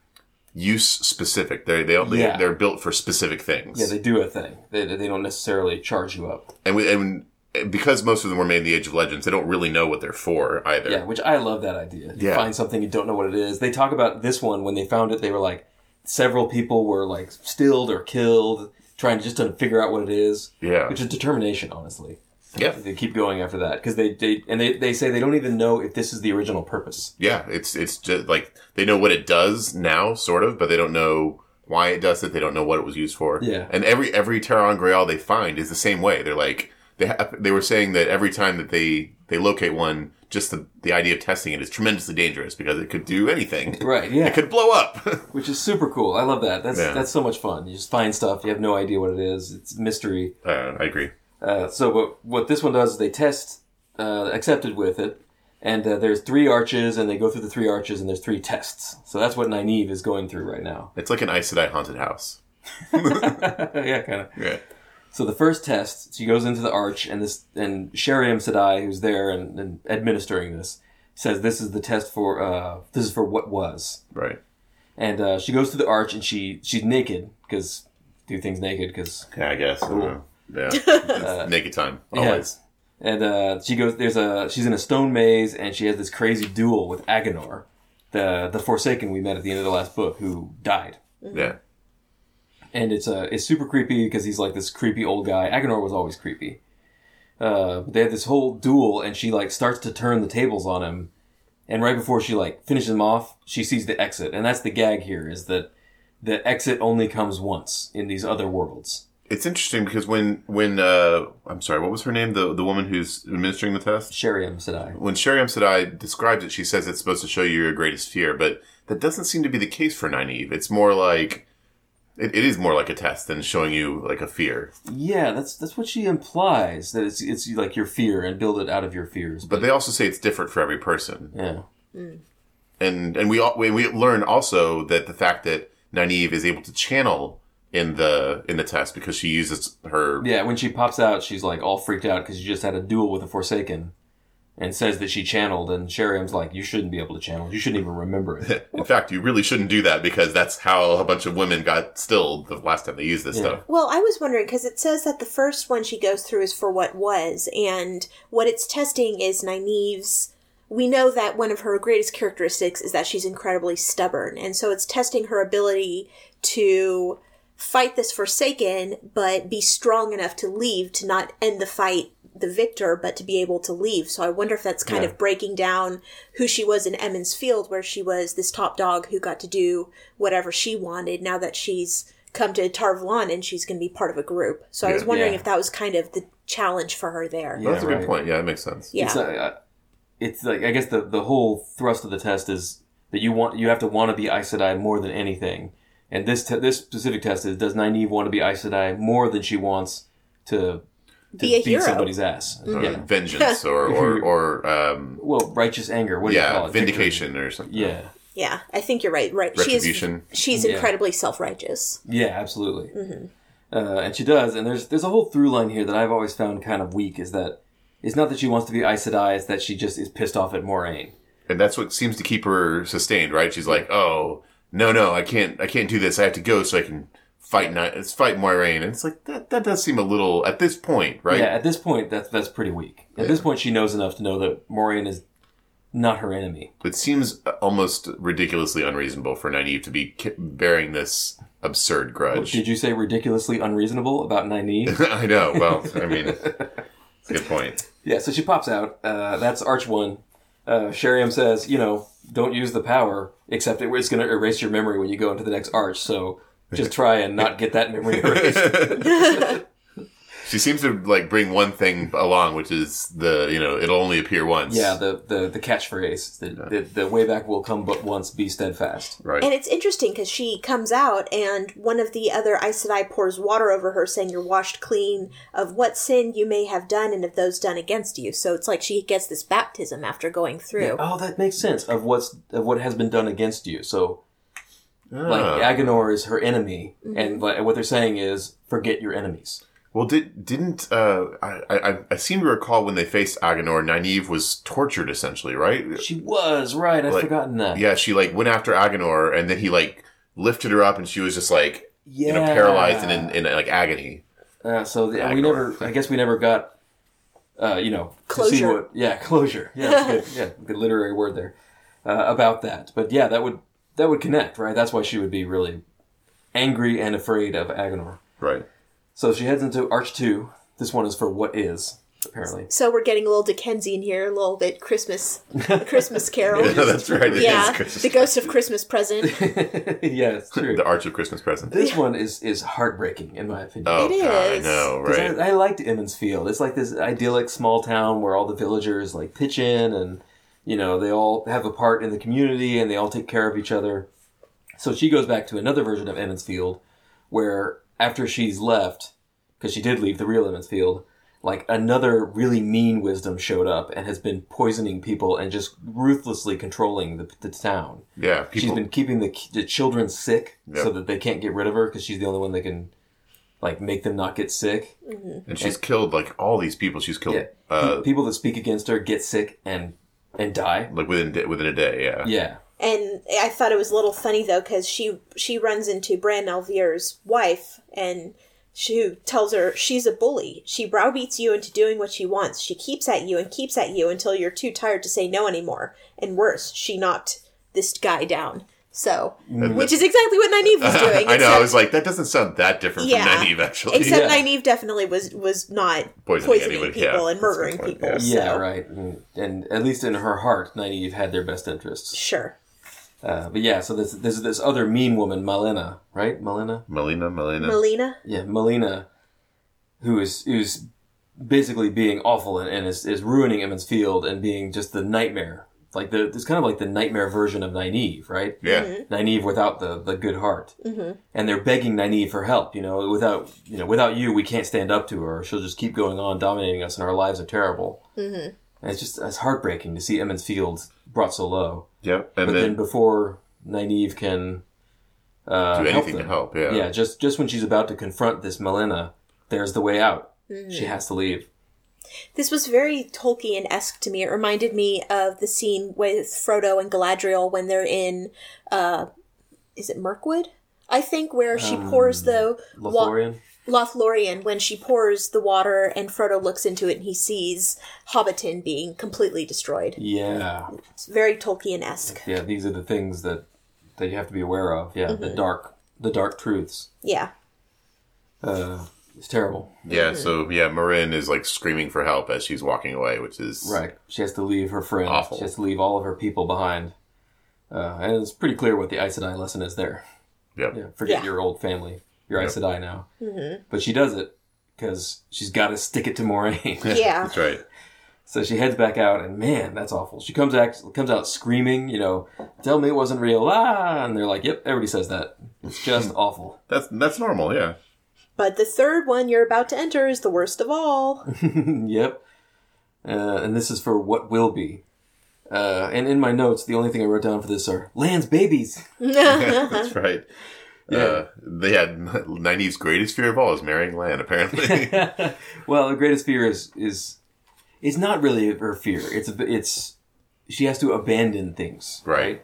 S3: use specific. They they they
S1: Yeah.
S3: they're built for specific things.
S1: Yeah, they do a thing. They, they don't necessarily charge you up.
S3: and we, and because most of them were made in the Age of Legends, they don't really know what they're for either.
S1: Yeah, which I love that idea. You
S3: Yeah.
S1: find something you don't know what it is. They talk about this one when they found it. They were like, several people were like stilled or killed, trying to just to figure out what it is.
S3: Yeah.
S1: which is determination, honestly.
S3: Yeah.
S1: They keep going after that because they, they and they, they say they don't even know if this is the original purpose.
S3: Yeah, it's it's just like they know what it does now, sort of, but they don't know why it does it. They don't know what it was used for.
S1: Yeah.
S3: and every every Terran Grail they find is the same way. They're like they ha- they were saying that every time that they they locate one, just the the idea of testing it is tremendously dangerous because it could do anything.
S1: (laughs) Right. Yeah.
S3: It could blow up. (laughs)
S1: which is super cool. I love that. That's
S3: Yeah.
S1: that's so much fun. You just find stuff. You have no idea what it is. It's mystery.
S3: uh, I agree.
S1: Uh, so what what this one does is they test uh, accepted with it, and uh, there's three arches, and they go through the three arches, and there's three tests. So that's what Nynaeve is going through right now.
S3: It's like an Aes Sedai haunted house.
S1: yeah, kind of.
S3: (laughs) Yeah,
S1: So the first test, she goes into the arch, and this and Shariam Sadai, who's there and, and administering this, says this is the test for uh, this is for what was.
S3: right.
S1: And uh, she goes through the arch, and she she's naked because do things naked because
S3: Yeah, I guess. I don't know. Yeah, (laughs) It's naked time always.
S1: And uh, she goes. There's a. She's in a stone maze, and she has this crazy duel with Agenor, the the Forsaken we met at the end of the last book, who died.
S3: Yeah,
S1: And it's uh, it's super creepy because he's like this creepy old guy. Agenor was always creepy. Uh, but they have this whole duel, and she like starts to turn the tables on him. And right before she like finishes him off, she sees the exit, and that's the gag here is that the exit only comes once in these other worlds.
S3: it's interesting because when when uh, I'm sorry, what was her name? The the woman who's administering the test.
S1: Shariam said I.
S3: When Shariam Sadai describes it, she says it's supposed to show you your greatest fear, but that doesn't seem to be the case for Nynaeve. It's more like it, it is more like a test than showing you like a fear.
S1: Yeah, that's that's what she implies that it's it's like your fear and build it out of your fears.
S3: But they also say it's different for every person.
S1: Yeah,
S3: and and we all we, we learn also that the fact that Nynaeve is able to channel in the in the test because she uses her
S1: yeah. When she pops out, she's like all freaked out because she just had a duel with a Forsaken, and says that she channeled. And Shariam's like, "You shouldn't be able to channel. You shouldn't even remember
S2: (laughs)
S1: it."
S3: in fact you really shouldn't do that because that's how a bunch of women got stilled the last time they used this stuff
S2: Well, I was wondering because it says that the first one she goes through is for what was, and what it's testing is Nynaeve's. We know that one of her greatest characteristics is that she's incredibly stubborn, and so it's testing her ability to fight this Forsaken, but be strong enough to leave, to not end the fight the victor, but to be able to leave. So I wonder if that's kind
S1: Yeah.
S2: of breaking down who she was in Emmons Field, where she was this top dog who got to do whatever she wanted. Now that she's come to Tarvalon and she's going to be part of a group, so I was
S3: Yeah.
S2: wondering
S1: Yeah.
S2: if that was kind of the challenge for her there.
S1: Yeah.
S3: Well, that's a good
S1: right.
S3: point yeah that makes sense
S2: Yeah.
S1: It's, uh, it's like I guess the the whole thrust of the test is that you want you have to want to be Aes Sedai more than anything. And this te- this specific test is: Does Nynaeve want to be Aes Sedai more than she wants to, to
S2: Be a
S1: beat
S2: hero. Mm-hmm.
S1: somebody's ass?
S3: Uh,
S1: Yeah. (laughs)
S3: vengeance or or, or um
S1: Well, righteous anger. What do you call
S3: yeah
S1: it?
S3: vindication or something
S1: Yeah.
S2: Yeah, I think you're right. Right, she is.
S3: Retribution.
S2: She's
S1: Yeah.
S2: incredibly self-righteous.
S1: Yeah, absolutely. Uh, and she does, and there's there's a whole through line here that I've always found kind of weak. Is that it's not that she wants to be Aes Sedai, it's that she just is pissed off at Moraine.
S3: and that's what seems to keep her sustained right she's like oh no no I can't I can't do this I have to go so I can fight Ny- it's fight Moiraine and it's like that that does seem a little at this point right
S1: Yeah, at this point, that's that's pretty weak. At this point, she knows enough to know that Moraine is not her enemy.
S3: It seems uh, almost ridiculously unreasonable for Nynaeve to be ki- bearing this absurd grudge.
S1: Did you say ridiculously unreasonable about Nynaeve?
S3: (laughs) I know. Well, I mean, (laughs) good point.
S1: yeah, so she pops out. Uh, that's Arch 1. Uh, Shariam says, you know, don't use the power, except it, it's going to erase your memory when you go into the next arch, so just try and not get that
S3: (laughs)
S1: memory erased.
S3: She seems to like bring one thing along, which is the you know it'll only appear once.
S1: Yeah, the the, the catchphrase. The, the, the way back will come but once, be steadfast.
S3: right.
S2: And it's interesting because she comes out, and one of the other Aes Sedai pours water over her, saying, You're washed clean of what sin you may have done and of those done against you. So it's like she gets this baptism after going through.
S1: Oh, that makes sense of what's of what has been done against you. So like
S3: Ah.
S1: Agenor is her enemy, and like, what they're saying is forget your enemies.
S3: well, did didn't uh, I, I? I seem to recall when they faced Agenor, Nynaeve was tortured essentially, right?
S1: She was right. I've
S3: Like,
S1: forgotten that.
S3: Yeah, she like went after Agenor, and then he like lifted her up, and she was just like
S1: yeah.
S3: you know paralyzed and in, in like agony.
S1: Uh, so the,
S3: Back
S1: we
S3: door.
S1: never. I guess we never got. Uh, you know, To see
S2: Closure.
S1: what, yeah, (laughs) closure. Yeah, that's good. yeah, good literary word there uh, about that. But yeah, that would that would connect, right? That's why she would be really angry and afraid of Agenor.
S3: Right.
S1: So she heads into Arch Two. This one is for what is apparently. (laughs)
S2: So we're getting a little Dickensian here, a little bit Christmas, Christmas Carol.
S3: Yeah, (laughs) that's right. It is
S2: yeah,
S3: Christmas.
S2: the ghost of Christmas present.
S1: yeah, it's true.
S3: (laughs) The Arch of Christmas Present.
S1: This one is is heartbreaking in my opinion.
S3: Oh,
S2: It
S3: God, I
S2: is.
S3: know,
S1: 'Cause
S3: right?
S1: I, I liked Emmons Field. It's like this idyllic small town where all the villagers like pitch in and you know they all have a part in the community and they all take care of each other. So she goes back to another version of Emmons Field, where after she's left, because she did leave the real Emmons Field, like another really mean wisdom showed up and has been poisoning people and just ruthlessly controlling the, the town.
S3: yeah, people.
S1: She's been keeping the, ki- the children sick
S3: Yep.
S1: so that they can't get rid of her because she's the only one that can like make them not get sick.
S3: and she's killed like all these people. She's killed
S1: Yeah.
S3: uh,
S1: Pe- people that speak against her get sick and and die.
S3: like within da- within a day. Yeah.
S1: Yeah.
S2: And I thought it was a little funny though, because she she runs into Bran Alvier's wife, and she who tells her she's a bully. She browbeats you into doing what she wants. She keeps at you and keeps at you until you're too tired to say no anymore. And worse, she knocked this guy down. So, which is exactly what Nynaeve was doing.
S3: (laughs) I know. I
S2: except-
S3: was like, that doesn't sound that different
S2: Yeah.
S3: from Nynaeve, (laughs) actually.
S2: Except
S1: Yeah.
S2: Nynaeve definitely was was not
S3: Poisoning
S2: poisoning,
S3: anybody, yeah,
S2: people
S3: that's a
S2: and
S3: good
S2: murdering
S3: point,
S2: people.
S3: yeah.
S2: So.
S1: Yeah, right. And, and at least in her heart, Nynaeve had their best interests.
S2: Sure.
S1: Uh, but yeah, so this there's this other mean woman, Malena, right? Malena?
S3: Melina, Melina.
S2: Melina?
S1: Yeah, Melina, who is who's basically being awful and, and is, is ruining Emmons Field and being just the nightmare. Like the it's kind of like the nightmare version of Nynaeve, right?
S3: yeah.
S2: Mm-hmm.
S1: Nynaeve without the, the good heart. And they're begging Nynaeve for help, you know, without, you know, without you, we can't stand up to her. She'll just keep going on dominating us and our lives are terrible. Mm-hmm. And it's just, it's heartbreaking to see Emmons Field brought so low.
S3: Yep.
S1: But
S3: And
S1: then
S3: then,
S1: before Nynaeve can, uh,
S3: do anything
S1: them-
S3: to help. Yeah.
S1: Yeah. Just, just when she's about to confront this Melina, there's the way out. She has to leave.
S2: This was very Tolkien esque to me. It reminded me of the scene with Frodo and Galadriel when they're in, uh, is it Mirkwood? I think where she pours the wa-
S1: Lothlorien.
S2: Lothlorien when she pours the water and Frodo looks into it and he sees Hobbiton being completely destroyed.
S1: yeah.
S2: It's very Tolkien esque.
S1: Yeah. These are the things that, that you have to be aware of. Yeah. The dark, the dark truths.
S2: Yeah.
S1: Uh, it's terrible.
S2: Mm-hmm.
S3: Yeah, So yeah, Marin is like screaming for help as she's walking away, which is
S1: Right. She has to leave her friends.
S3: Awful.
S1: She has to leave all of her people behind. Uh, and it's pretty clear what the Aes Sedai lesson is there.
S3: Yep.
S1: Yeah, forget
S2: Yeah. Mm-hmm.
S1: your old family. You're Aes Sedai now. But she does it because she's got to stick it to Moraine.
S2: Yeah.
S3: That's right.
S1: so she heads back out, and man, that's awful. She comes out, comes out screaming, you know, tell me it wasn't real. Ah! And they're like, yep, everybody says that. It's just awful. (laughs)
S3: That's that's
S2: (laughs)
S3: normal. Yeah.
S2: But the third one you're about to enter is the worst of all. (laughs)
S1: yep. Uh, and this is for what will be. Uh, and in my notes, the only thing I wrote down for this are Land's babies.
S2: Uh-huh.
S3: That's right. Yeah. Uh, they had (laughs) Nynaeve's greatest fear of all is marrying
S1: (laughs)
S3: Lan. Apparently, (laughs)
S1: Well, the greatest fear is is it's not really her fear. It's it's she has to abandon things.
S3: right?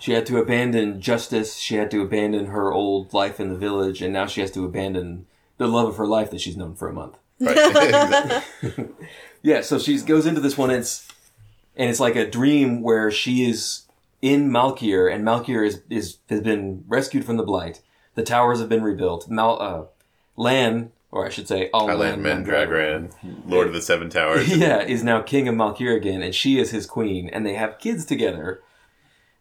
S1: She had to abandon justice. She had to abandon her old life in the village, and now she has to abandon the love of her life that she's known for a month.
S3: (laughs) Right. Exactly.
S1: Yeah. So she goes into this one. And it's and it's like a dream where she is in Malkier, and Malkier is, is has been rescued from the blight. The towers have been rebuilt. Mal uh, Lan, or I should say, all
S3: Highland Men,
S1: Mandragora.
S3: Dragran, Lord of the Seven Towers.
S1: (laughs) yeah, is now king of Malkir again, and she is his queen, and they have kids together.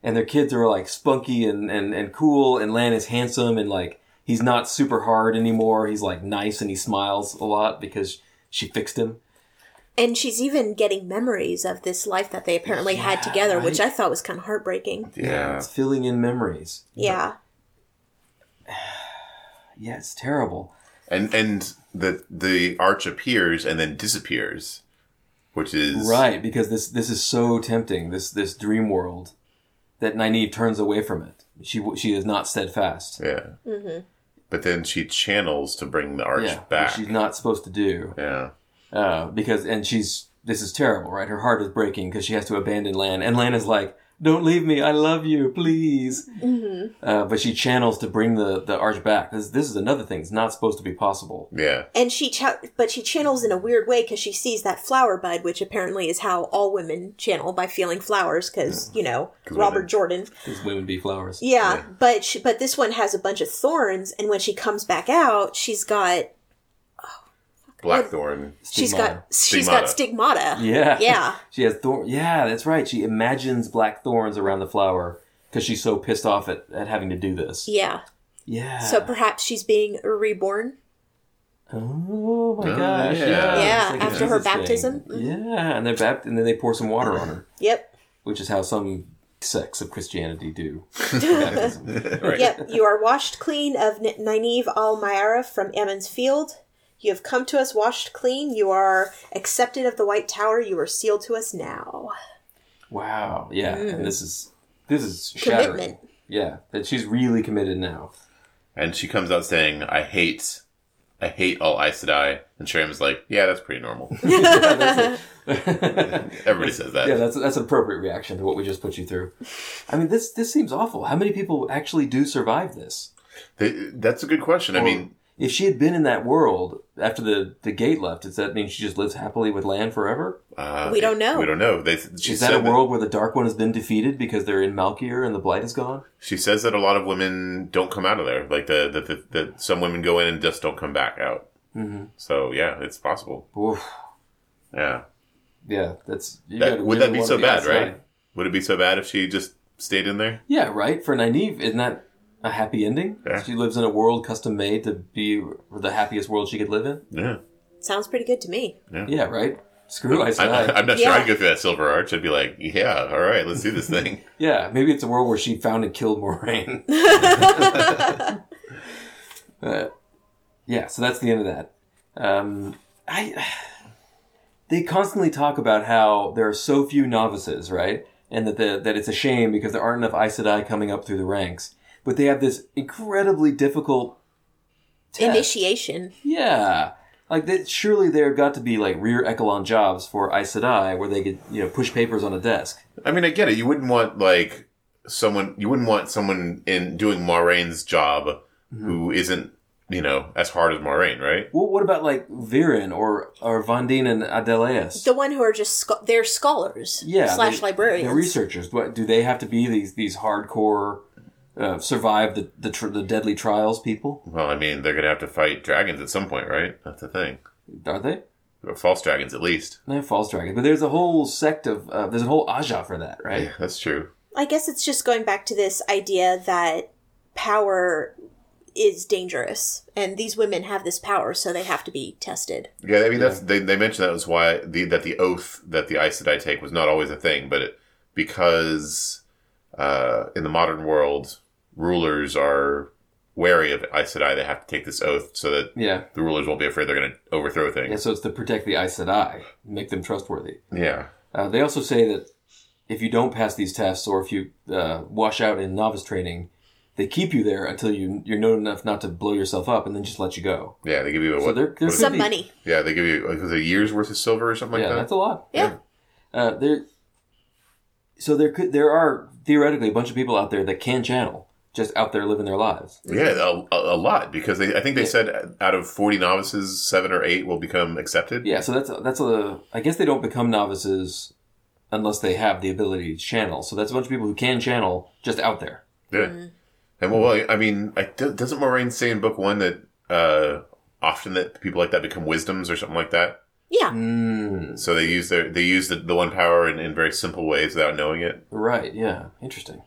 S1: And their kids are like spunky and, and, and cool, and Lan is handsome, and like he's not super hard anymore. He's like nice and he smiles a lot because she fixed him.
S2: And she's even getting memories of this life that they apparently had together, which I thought was kind of heartbreaking.
S3: yeah.
S1: It's filling in memories.
S2: Yeah.
S1: Yeah, it's terrible.
S3: And and the the arch appears and then disappears, which is
S1: Right, because this this is so tempting, this this dream world, that Nynaeve turns away from it. She w- she is not steadfast.
S3: Yeah. Mm-hmm. But then she channels to bring the arch
S1: Yeah, which
S3: back.
S1: she's not supposed to do.
S3: Yeah.
S1: uh, because and she's this is terrible, right? Her heart is breaking because she has to abandon Lan, and Lan is like, don't leave me. I love you, please.
S2: Mm-hmm.
S1: Uh, but she channels to bring the, the arch back. This, this is another thing. It's not supposed to be possible.
S3: Yeah.
S2: And she, cha- but she channels in a weird way because she sees that flower bud, which apparently is how all women channel by feeling flowers, because you know Robert
S3: women-
S2: Jordan.
S1: These women be flowers.
S2: Yeah, but she, but this one has a bunch of thorns, and when she comes back out, she's got (laughs)
S3: Blackthorn.
S2: she's
S1: Stigmata.
S2: got she's got stigmata.
S1: Yeah.
S2: yeah.
S1: (laughs) she has thorn. Yeah, that's right. She imagines black thorns around the flower because she's so pissed off at, at having to do this.
S2: Yeah.
S1: Yeah.
S2: So perhaps she's being reborn.
S1: oh my
S3: Oh,
S1: gosh.
S3: yeah.
S1: Yeah.
S2: Yeah,
S1: a
S2: after her
S1: Jesus thing.
S2: baptism. Mm-hmm.
S1: Yeah, and they're bapt- and then they pour some water on her,
S2: Yep.
S1: which is how some sects of Christianity do.
S3: right.
S2: Yep. you are washed clean of N- Nynaeve Almyra from Ammon's Field. You have come to us washed clean. You are accepted of the White Tower. You are sealed to us now.
S1: Wow. Yeah, and this is this is shattering.
S2: Commitment.
S1: Yeah, that she's really committed now. (laughs)
S3: And she comes out saying, I hate, I hate all Aes Sedai. And Sharam's like, yeah, that's
S1: (laughs)
S3: pretty normal. Everybody says that.
S1: Yeah, that's that's an appropriate reaction to what we just put you through. I mean, this this seems awful. How many people actually do survive this?
S3: They- that's a good question. I mean,
S1: If she had been in that world after the, the gate left, does that mean she just lives happily with land forever?
S3: uh,
S2: We don't know.
S3: We don't know. They, she
S1: Is that a
S3: said that-
S1: world where the Dark One has been defeated because they're in Malkier and the Blight is gone?
S3: she says that a lot of women don't come out of there. Like the the, the, the some women go in and just don't come back out. Mm-hmm. So yeah, it's possible.
S1: Oof.
S3: Yeah.
S1: Yeah, that's. You
S3: That,
S1: gotta
S3: would
S1: really
S3: that be
S1: wanna
S3: so bad,
S1: outside.
S3: right? Would it be so bad if she just stayed in there?
S1: Yeah, right. For Nynaeve, isn't that a happy ending?
S3: Yeah.
S1: She lives in a world custom made to be the happiest world she could live in.
S3: Yeah.
S2: Sounds pretty good to me.
S1: Yeah, right. Screw I
S3: I'm,
S1: said.
S3: I'm not sure
S2: Yeah.
S3: I'd go through that silver arch. I'd be like, yeah, all right, let's
S1: (laughs)
S3: do this thing.
S1: Yeah, maybe it's a world where she found and killed (laughs) Moraine. Uh, yeah, so that's the end of that. Um, I they constantly talk about how there are so few novices, right? And that the, that it's a shame because there aren't enough Aes Sedai coming up through the ranks. But they have this incredibly difficult test.
S2: Initiation.
S1: Yeah. Like that surely there got to be like rear echelon jobs for Aes Sedai where they could, you know, push papers on a desk.
S3: I mean, I get it. You wouldn't want like someone. You wouldn't want someone in doing Moraine's job
S1: Mm-hmm.
S3: who isn't, you know, as hard as Moraine, right?
S1: Well, what about like Viren or or Vondine and Adelaus?
S2: The one who are just scho- they're scholars.
S1: yeah, they-
S2: Slash librarians.
S1: They're researchers. What do they have to be? These these hardcore uh, survive the the, tr- the deadly trials people?
S3: Well, I mean, they're gonna have to fight dragons at some point, right? That's the thing.
S1: Are they?
S3: Or false dragons, at least.
S1: They're false dragons. But there's a whole sect of uh, there's a whole aja for that, right?
S3: Yeah, that's true.
S2: I guess it's just going back to this idea that power is dangerous, and these women have this power, so they have to be tested.
S3: Yeah, I mean, that's they, they mentioned that was why the that the oath that the Aes Sedai take was not always a thing, but it, because uh, in the modern world, rulers are wary of Aes Sedai. They have to take this oath so that
S1: Yeah.
S3: the rulers won't be afraid they're going to overthrow
S1: Yeah.
S3: things.
S1: So it's to protect the Aes Sedai, make them trustworthy.
S3: Yeah.
S1: Uh, they also say that if you don't pass these tests or if you uh, wash out in novice training, they keep you there until you you're known enough not to blow yourself up and then just let you go.
S3: Yeah, they give you a,
S1: So
S3: what,
S1: there, there's
S2: Some money.
S3: yeah, they give you like, was it a year's worth of silver or something
S1: Yeah,
S3: like
S1: that's a
S3: that.
S1: lot.
S2: Yeah.
S1: Uh, there, so there could there are theoretically a bunch of people out there that can channel just out there living their lives.
S3: yeah, a, a- a lot because they, I think they said out of forty novices, seven or eight will become accepted.
S1: Yeah, so that's that's a I guess they don't become novices unless they have the ability to channel. So that's a bunch of people who can channel just out there.
S3: Yeah.
S1: Mm-hmm.
S3: And well, I- I mean, I, do- doesn't Moraine say in book one that uh, often that people like that become wisdoms or something like that?
S2: Yeah.
S1: Mm,
S3: So they use their they use the, the one power in, in very simple ways without knowing it.
S1: Right, yeah. Interesting.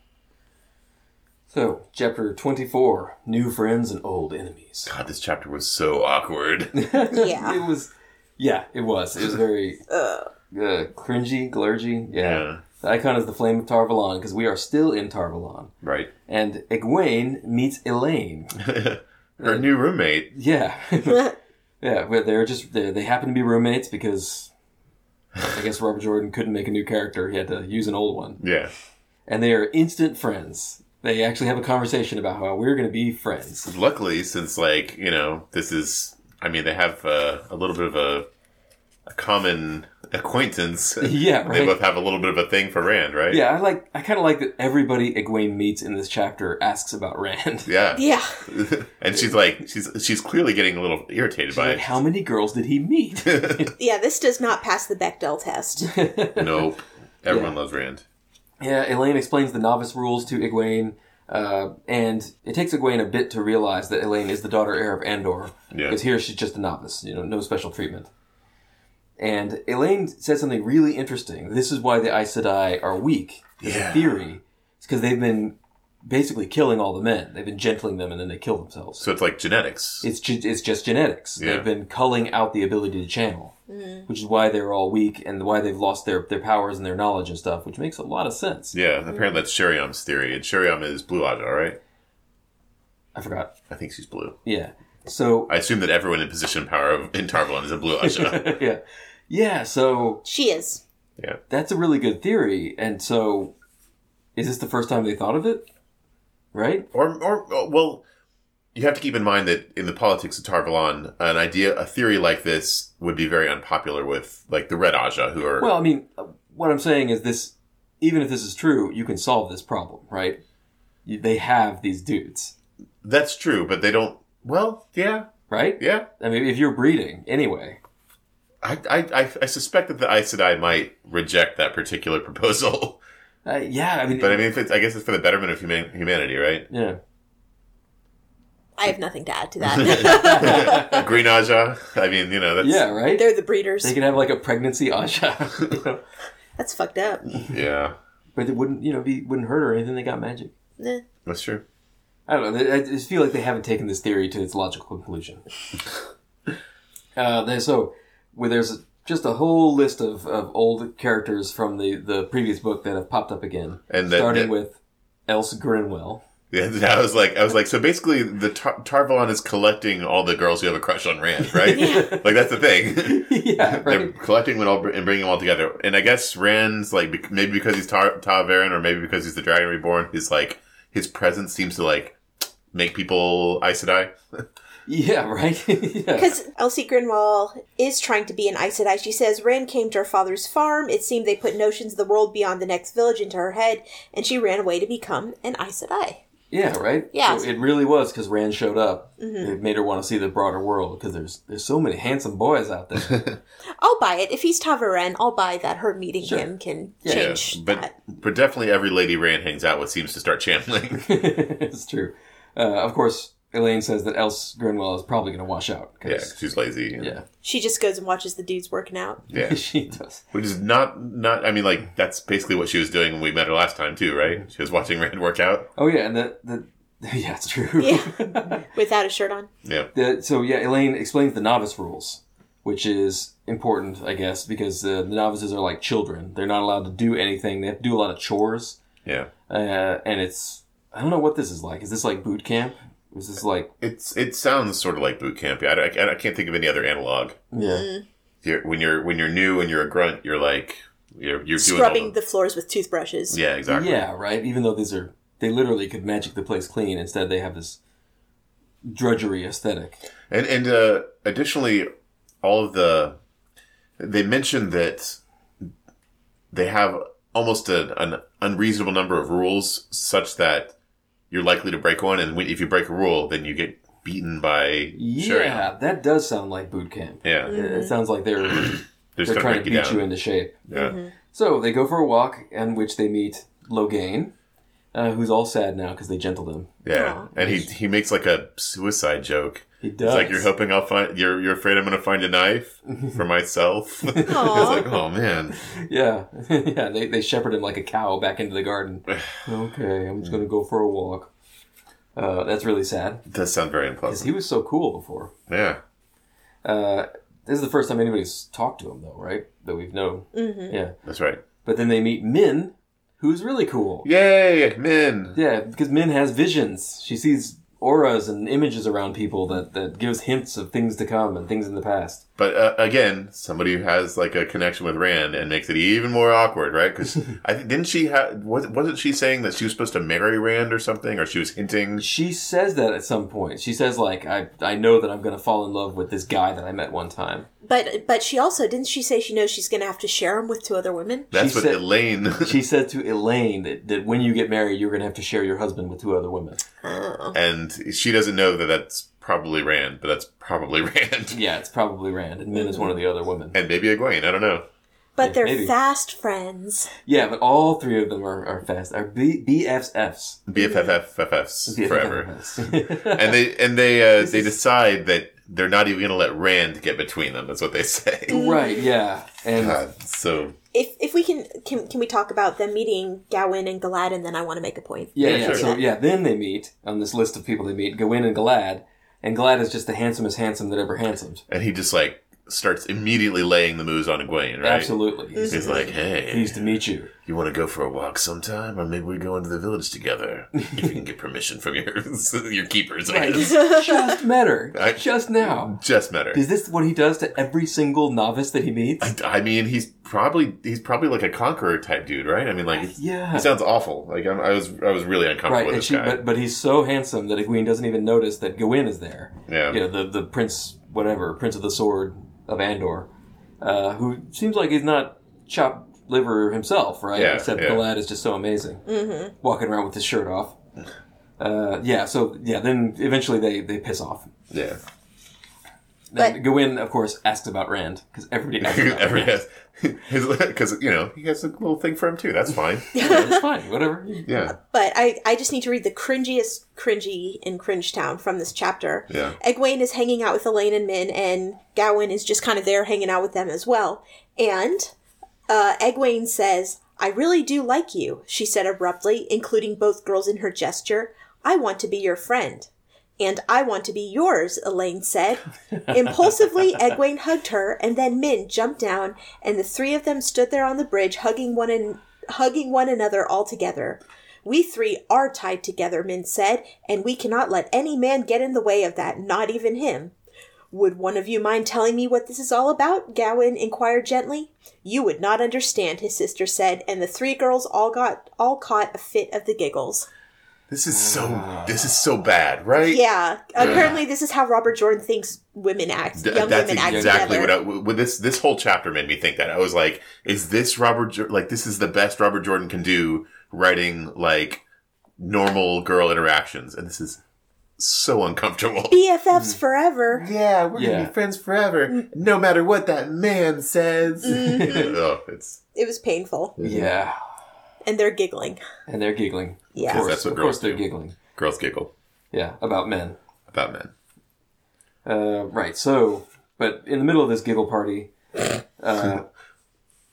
S1: So, chapter 24 New Friends and Old Enemies.
S3: God, this chapter was so
S1: (laughs)
S3: awkward.
S2: Yeah.
S1: it was, yeah, it was. It was very uh, cringy, glurgy. Yeah.
S3: Yeah.
S1: The icon is the flame of Tarvalon because we are still in Tarvalon.
S3: right.
S1: And Egwene meets Elaine. (laughs)
S3: Her new roommate.
S1: Yeah. yeah, but they're just, they they happen to be roommates because I guess Robert Jordan couldn't make a new character. He had to use an old one.
S3: Yeah.
S1: And they are instant friends. They actually have a conversation about how we're going to be friends.
S3: Luckily, since like you know, this is I mean, they have uh, a little bit of a a common acquaintance.
S1: (laughs) Yeah,
S3: They
S1: right.
S3: both have a little bit of a thing for Rand, right?
S1: Yeah, I like. I kind of like that everybody Egwene meets in this chapter asks about Rand.
S3: Yeah.
S2: Yeah.
S3: (laughs) and she's like, she's she's clearly getting a little irritated by
S1: Like, how many girls did he meet?
S2: Yeah, this does not pass the Bechdel test.
S3: it. nope.
S1: (laughs)
S3: Everyone loves Rand.
S1: Yeah, Elaine explains the novice rules to Egwene, uh, and it takes Egwene a bit to realize that Elaine is the daughter heir of Andor.
S3: Yeah.
S1: Because here she's just a novice, you know, no special treatment. And Elaine said something really interesting. This is why the Aes Sedai are weak, as
S3: Yeah.
S1: a theory. It's because they've been basically killing all the men. They've been gentling them, and then they kill themselves.
S3: So it's like genetics.
S1: It's ju- it's just genetics.
S3: Yeah.
S1: They've been culling out the ability to channel, which is why they're all weak and why they've lost their, their powers and their knowledge and stuff, which makes a lot of sense.
S3: yeah, apparently that's Sheriam's theory, and Sheriam is blue eyed, all right?
S1: I forgot.
S3: I think she's blue.
S1: Yeah. So (laughs)
S3: I assume that everyone in position of power of- in Tarvalon is a blue
S1: (laughs)
S3: Asha.
S1: yeah, yeah. So
S2: She is.
S3: yeah.
S1: that's a really good theory. And so, is this the first time they thought of it? Right?
S3: Or, or, or- well, you have to keep in mind that in the politics of Tarvalon, an idea, a theory like this would be very unpopular with, like, the Red Aja, who are.
S1: Well, I mean, uh, what I'm saying is this: even if this is true, you can solve this problem, right? You- They have these dudes,
S3: that's true, but they don't. Well, yeah,
S1: right?
S3: yeah.
S1: I mean, if you're breeding anyway,
S3: I, I, I, I suspect that the Aes Sedai might reject that particular proposal. (laughs)
S1: uh, yeah. I mean,
S3: but I mean, if it's, I guess it's for the betterment of human, humanity, right?
S1: yeah.
S2: I have nothing to add to
S1: (laughs)
S2: that. (laughs)
S3: Green Aja. I mean, you know, that's.
S1: Yeah, right?
S2: They're the breeders.
S1: They could have like a pregnancy (laughs) Asha, you know?
S2: That's fucked up.
S3: Yeah,
S1: but it wouldn't, you know, be wouldn't hurt or anything. They got magic.
S2: Eh.
S1: Mm.
S3: that's true.
S1: I don't know. They- I just feel like they haven't taken this theory to its logical
S3: (laughs)
S1: conclusion. uh, they, so, where there's just a whole list of, of old characters from the, the previous book that have popped up again,
S3: And that-
S1: starting
S3: that-
S1: with Elsa Grinwell. (laughs)
S3: Yeah, and I was like, I was like, so basically, the tar- Tarvalon is collecting all the girls who have a crush
S1: (laughs)
S3: on Rand, right? Like that's the thing.
S1: yeah,
S3: They're
S1: right.
S3: collecting them all and bringing them all together. And I guess Rand's like, bec- maybe because he's Tar- Tarvaran, or maybe because he's the Dragon Reborn, he's like, his presence seems to like make people Aes Sedai.
S1: Yeah, right. (laughs) yeah.
S2: Because Elsie Grinwall is trying to be an Aes Sedai. She says, Rand came to her father's farm. It seemed they put notions of the world beyond the next village into her head, and she ran away to become an Aes Sedai.
S1: yeah, right.
S2: Yeah.
S1: So it really was because Rand showed up. It made her want to see the broader world because there's there's so many handsome boys out there.
S3: (laughs)
S1: (laughs)
S2: I'll buy it. If he's Tavaren, I'll buy that her meeting him can
S3: Yeah,
S2: change
S3: but
S2: that.
S3: but definitely every lady Rand hangs out with seems to start channeling. (laughs)
S1: it's true. Uh, of course, Elaine says that Elsa Grinwell is probably going to wash out. 'cause-
S3: yeah, 'cause she's lazy.
S1: Yeah.
S2: She just goes and watches the dudes working out.
S1: (laughs)
S3: yeah.
S1: she does.
S3: Which is not not. I mean, like that's basically what she was doing when we met her last time too, right? She was watching Rand work out.
S1: Oh yeah, and the the (laughs) yeah, it's true.
S2: Yeah. Without a shirt on.
S3: Yeah,
S1: (laughs) The- so yeah, Elaine explains the novice rules, which is important, I guess, because uh, the novices are like children. They're not allowed to do anything. They have to do a lot of chores,
S3: yeah.
S1: uh, and it's I don't know what this is like. Is this like boot camp? Is this like
S3: It's it sounds sort of like boot camp. Yeah, I, I, I can't think of any other analog.
S1: yeah?
S3: You're, when you're when you're new and you're a grunt, you're like you're you're doing all
S2: Scrubbing the floors with toothbrushes.
S3: yeah exactly
S1: Yeah, right. Even though these are they literally could magic the place clean. Instead, they have this drudgery aesthetic.
S3: and and uh, additionally all of the they mentioned that they have almost a, an unreasonable number of rules such that you're likely to break one and when, if you break a rule then you get beaten by
S1: Yeah,
S3: Sheridan.
S1: that does sound like boot camp.
S3: yeah
S1: It- It sounds like they're
S3: they're just
S1: they're
S3: gonna
S1: trying to
S3: break
S1: beat
S3: you down
S1: you into shape.
S3: yeah
S1: So they go for a walk, in which they meet Loghain, uh, who's all sad now because they gentled him.
S3: yeah
S2: Aw.
S3: and he he makes like a suicide joke
S1: He
S3: It's
S1: does.
S3: like you're hoping I'll find you're you're afraid I'm gonna find a knife
S1: (laughs)
S3: for myself. (laughs) it's like, oh man.
S1: yeah, (laughs) yeah. They, they shepherd him like a cow back into the
S3: (sighs)
S1: garden. okay, I'm just gonna go for a walk. Uh, that's really sad
S3: It does sound very
S1: 'cause
S3: unpleasant.
S1: he was so cool before.
S3: Yeah.
S1: Uh, this is the first time anybody's talked to him though, right? That we've known. Mm-hmm. Yeah,
S3: That's right.
S1: but then they meet Min, who's really cool.
S3: Yay, Min.
S1: Yeah, because Min has visions. She sees auras and images around people that, that gives hints of things to come and things in the past.
S3: But uh, again, somebody who has like a connection with Rand and makes it even more awkward, right?
S1: (laughs)
S3: Because I th- didn't she have was wasn't she saying that she was supposed to marry Rand or something, or she was hinting?
S1: She says that at some point. She says like I I know that I'm going to fall in love with this guy that I met one time.
S2: But but she also didn't she say she knows she's going to have to share him with two other women?
S3: That's
S1: She
S3: what
S1: said-
S3: Elaine. (laughs)
S1: (laughs) She said to Elaine that, that when you get married you're going to have to share your husband with two other women.
S3: and she doesn't know that that's probably Rand, but that's probably (laughs) Rand,
S1: Yeah, it's probably Rand and Min is one of the other women.
S3: and maybe Egwene. I don't know.
S2: But
S1: Yeah,
S2: they're
S1: maybe.
S2: fast friends.
S1: Yeah, but all three of them are, are fast. Are B, BFFs. (laughs)
S3: BFFFFs forever. (laughs)
S1: BFFs.
S3: and they and they uh, they decide that they're not even going to let Rand get between them. That's what they say.
S1: (laughs) right, yeah. And
S3: God, so
S2: If if we can can can we talk about them meeting Gawain and Galad and then I want to make a point.
S1: Yeah,
S3: Yeah,
S1: yeah.
S3: sure.
S1: So yeah, then they meet on this list of people they meet. Gawain and Galad, and Galad is just the handsomest handsome that ever handsomed.
S3: and he just like starts immediately laying the moves on Egwene, right?
S1: Absolutely, he's,
S3: He's like, hey,
S1: pleased to meet you.
S3: you want to go for a walk sometime, or maybe we go into the village together if you can get permission from your (laughs) your keepers. I guess.
S1: (laughs) just met her
S3: I-
S1: just now.
S3: Just met her.
S1: Is this what he does to every single novice that he meets?
S3: I mean, he's probably he's probably like a conqueror type dude, right? I mean, like he
S1: Yeah.
S3: sounds awful. Like I'm, I was I was really uncomfortable
S1: Right,
S3: with
S1: and
S3: this
S1: she,
S3: guy.
S1: but, but he's so handsome that Egwene doesn't even notice that Gawain is there.
S3: Yeah.
S1: You know, the, the prince, whatever, prince of the sword of Andor, uh, who seems like he's not chopped liver himself, right?
S3: Yeah,
S1: Except
S3: yeah.
S1: Galad is just so amazing. Mm-hmm. Walking around with his shirt off. Uh, yeah, so, yeah, then eventually they, they piss off.
S3: yeah. (laughs)
S1: Then
S2: But-
S1: Gawain, of course, asks about Rand, because everybody
S3: (laughs)
S1: asks about
S3: Every
S1: Rand.
S3: has because you know he has a little thing for him too. That's
S1: (laughs)
S3: fine.
S1: Yeah, it's fine, whatever.
S3: Yeah,
S2: But I, I just need to read the cringiest cringy in Cringetown from this chapter.
S3: Yeah.
S2: Egwene is hanging out with Elaine and Min, and Gawain is just kind of there hanging out with them as well. And uh, Egwene says, I really do like you, she said abruptly, including both girls in her gesture. I want to be your friend. And I want to be yours, Elaine said. Impulsively, Egwene hugged her, and then Min jumped down, and the three of them stood there on the bridge, hugging one and hugging one another all together. We three are tied together, Min said, and we cannot let any man get in the way of that, not even him. Would one of you mind telling me what this is all about? Gawain inquired gently. You would not understand, his sister said, and the three girls all got all caught a fit of the giggles.
S3: this is
S1: Ah.
S3: so this is so bad, right?
S2: Yeah. Apparently this is how Robert Jordan thinks women act.
S3: Th-
S2: young
S3: that's
S2: women act
S3: exactly
S2: together.
S3: what I, with this this whole chapter made me think that I was like, is this Robert Jo- like this is the best Robert Jordan can do writing like normal girl interactions, and this is so uncomfortable.
S2: BFFs forever.
S3: Yeah, we're
S1: gonna be Yeah.
S3: friends forever, no matter what that man says.
S2: Mm-hmm.
S3: (laughs) oh, it's
S2: It was painful.
S1: Yeah.
S2: And they're giggling.
S1: And they're giggling.
S2: Yeah.
S1: Of course,
S3: That's what
S1: of course
S3: girls
S1: they're
S3: do.
S1: giggling.
S3: girls giggle
S1: Yeah, about men.
S3: about men.
S1: Uh, right. So, but in the middle of this giggle party,
S2: (laughs)
S1: uh,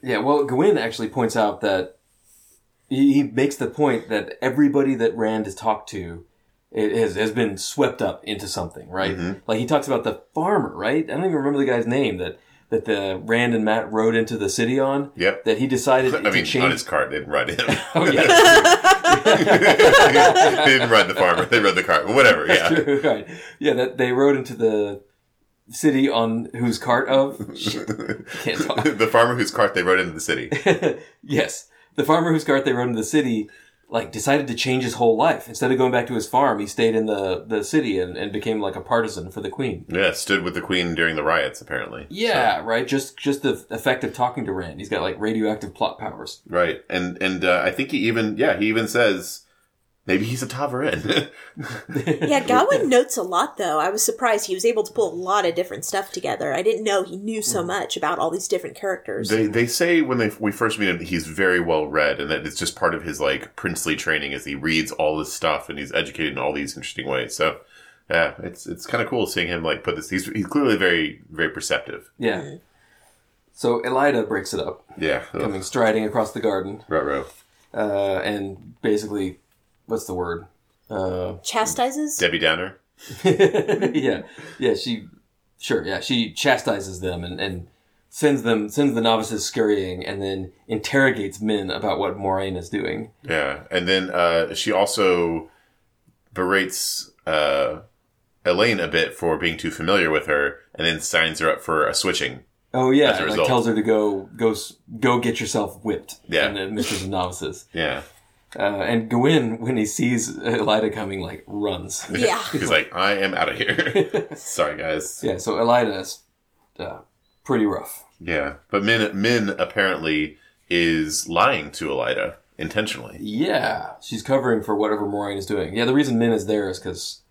S1: yeah. Well, Gawain actually points out that he, he makes the point that everybody that Rand has talked to it has has been swept up into something, right?
S2: Mm-hmm.
S1: Like he talks about the farmer, right? I don't even remember the guy's name that that the Rand and Matt rode into the city on.
S3: Yep.
S1: That he decided
S3: (laughs) I
S1: to
S3: mean,
S1: change.
S3: on his cart, they didn't ride him. (laughs)
S1: oh yeah.
S3: they didn't ride the farmer. They rode the cart. Whatever.
S1: (laughs)
S3: Yeah.
S1: right. Yeah, that they rode into the city on whose cart of? Shit. Can't talk.
S3: (laughs)
S1: (laughs)
S3: the farmer whose cart they rode into the city.
S1: yes. The farmer whose cart they rode into the city, like, decided to change his whole life. Instead of going back to his farm, he stayed in the, the city and, and became like a partisan for the queen.
S3: Yeah, stood with the queen during the riots, apparently.
S1: Yeah, right. Just just the effect of talking to Rand. He's got like radioactive plot powers.
S3: Right. And and uh, I think he even yeah he even says maybe he's a Tavarin. (laughs)
S2: Yeah, Gawain notes a lot, though. I was surprised he was able to pull a lot of different stuff together. I didn't know he knew so much about all these different characters.
S3: they they say when they we first meet him that he's very well read and that it's just part of his like princely training is he reads all this stuff and he's educated in all these interesting ways. So yeah, it's it's kind of cool seeing him like put this. He's he's clearly very very perceptive.
S1: Yeah. So Elida breaks it up,
S3: Yeah.
S1: coming striding across the garden,
S3: Right, right.
S1: uh, and basically, what's the word? Uh,
S2: Chastises?
S3: Debbie Downer.
S1: (laughs) yeah, yeah. She, sure, yeah. She chastises them and, and sends them sends the novices scurrying, and then interrogates Min about what Moraine is doing.
S3: Yeah, and then uh, she also berates uh, Elaine a bit for being too familiar with her, and then signs her up for a switching.
S1: Oh yeah,
S3: a
S1: like
S3: result.
S1: tells her to go go s- go get yourself whipped.
S3: Yeah.
S1: and then Mistress of Novices.
S3: Yeah,
S1: Uh, and Gwyn, when he sees Elida coming, like
S3: (laughs)
S1: runs.
S2: Yeah.
S3: he's like, I am out of here. (laughs) Sorry, guys.
S1: Yeah, so Elida is uh, pretty rough.
S3: Yeah, but Min Min apparently is lying to Elida intentionally.
S1: Yeah, she's covering for whatever Moraine is doing. Yeah, the reason Min is there is because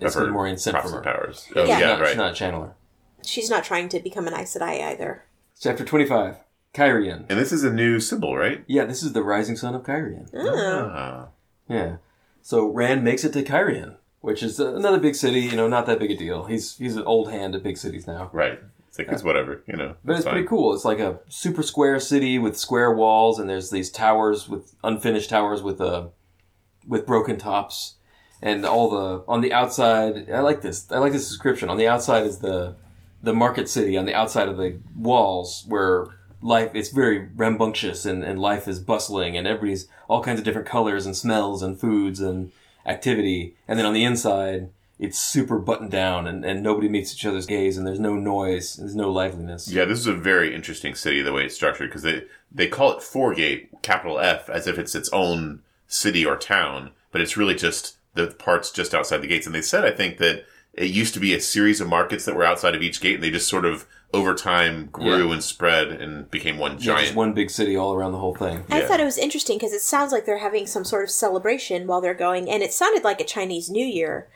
S1: it's
S3: Of her
S1: been Moraine sent from
S3: Prophet
S1: her.
S3: powers. Oh
S2: Yeah.
S3: yeah,
S1: She's not,
S3: right.
S1: She's not a channeler.
S2: (laughs) She's not trying to become an Aes Sedai either.
S1: Chapter 25, Kyrian.
S3: And this is a new symbol, right?
S1: Yeah, this is the rising sun of Kyrian. Oh.
S3: Ah.
S1: Yeah. So Rand makes it to Kyrian, which is another big city, you know, not that big a deal. He's he's an old hand at big cities now.
S3: Right. It's like it's whatever, you know.
S1: But it's
S3: fine.
S1: pretty cool. It's like a super square city with square walls, and there's these towers with unfinished towers with uh, with broken tops, and all the on the outside. I like this. I like this description. On the outside is the the market city. On the outside of the walls, where life it's very rambunctious and, and life is bustling, and everybody's all kinds of different colors and smells and foods and activity. And then on the inside. It's super buttoned down, and, and nobody meets each other's gaze, and there's no noise, and there's no liveliness.
S3: Yeah, this is a very interesting city the way it's structured because they they call it Forgate, capital F, as if it's its own city or town, but it's really just the parts just outside the gates. And they said, I think that it used to be a series of markets that were outside of each gate, and they just sort of over time grew and spread and became one
S1: Yeah,
S3: giant.
S1: just one big city all around the whole thing.
S2: I
S3: Yeah.
S2: thought it was interesting because it sounds like they're having some sort of celebration while they're going, and it sounded like a Chinese New Year.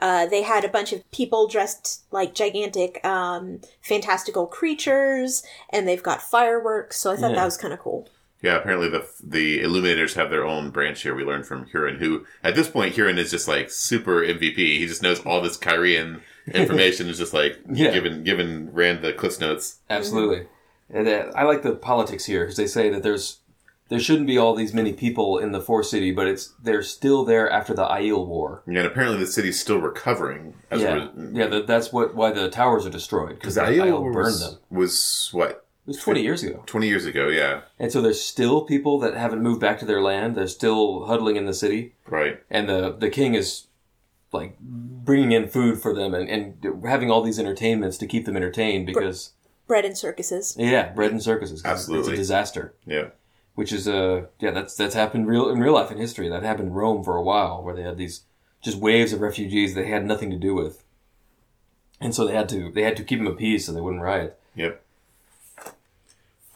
S2: Uh, they had a bunch of people dressed like gigantic, um, fantastical creatures, and they've got fireworks. So I thought
S1: Yeah.
S2: that was kind of cool.
S3: Yeah, apparently the the Illuminators have their own branch here. We learned from Huron, who at this point Huron is just like super MVP. He just knows all this Kyrian
S1: (laughs)
S3: information. is just like
S1: Yeah.
S3: giving giving Rand the Cliff's notes.
S1: Absolutely. And, uh, I like the politics here because they say that there's there shouldn't be all these many people in the four city, but it's they're still there after the Aiel War.
S3: Yeah, and apparently the city's still recovering.
S1: yeah, yeah. That, that's what why the towers are destroyed because
S3: because
S1: the
S3: the Aiel
S1: Aiel
S3: War
S1: burned
S3: was,
S1: them.
S3: was what
S1: It was twenty years ago,
S3: twenty years ago. Yeah,
S1: and so there's still people that haven't moved back to their land. They're still huddling in the city,
S3: right.
S1: and the the king is like bringing in food for them and, and having all these entertainments to keep them entertained because
S2: Bread
S1: (laughs)
S2: and circuses.
S1: yeah, bread and circuses. 'cause it's
S3: Absolutely.
S1: a disaster.
S3: Yeah,
S1: which is uh, yeah that's that's happened real in real life in history that happened in Rome for a while where they had these just waves of refugees they had nothing to do with and so they had to they had to keep them appeased so they wouldn't riot
S3: yep.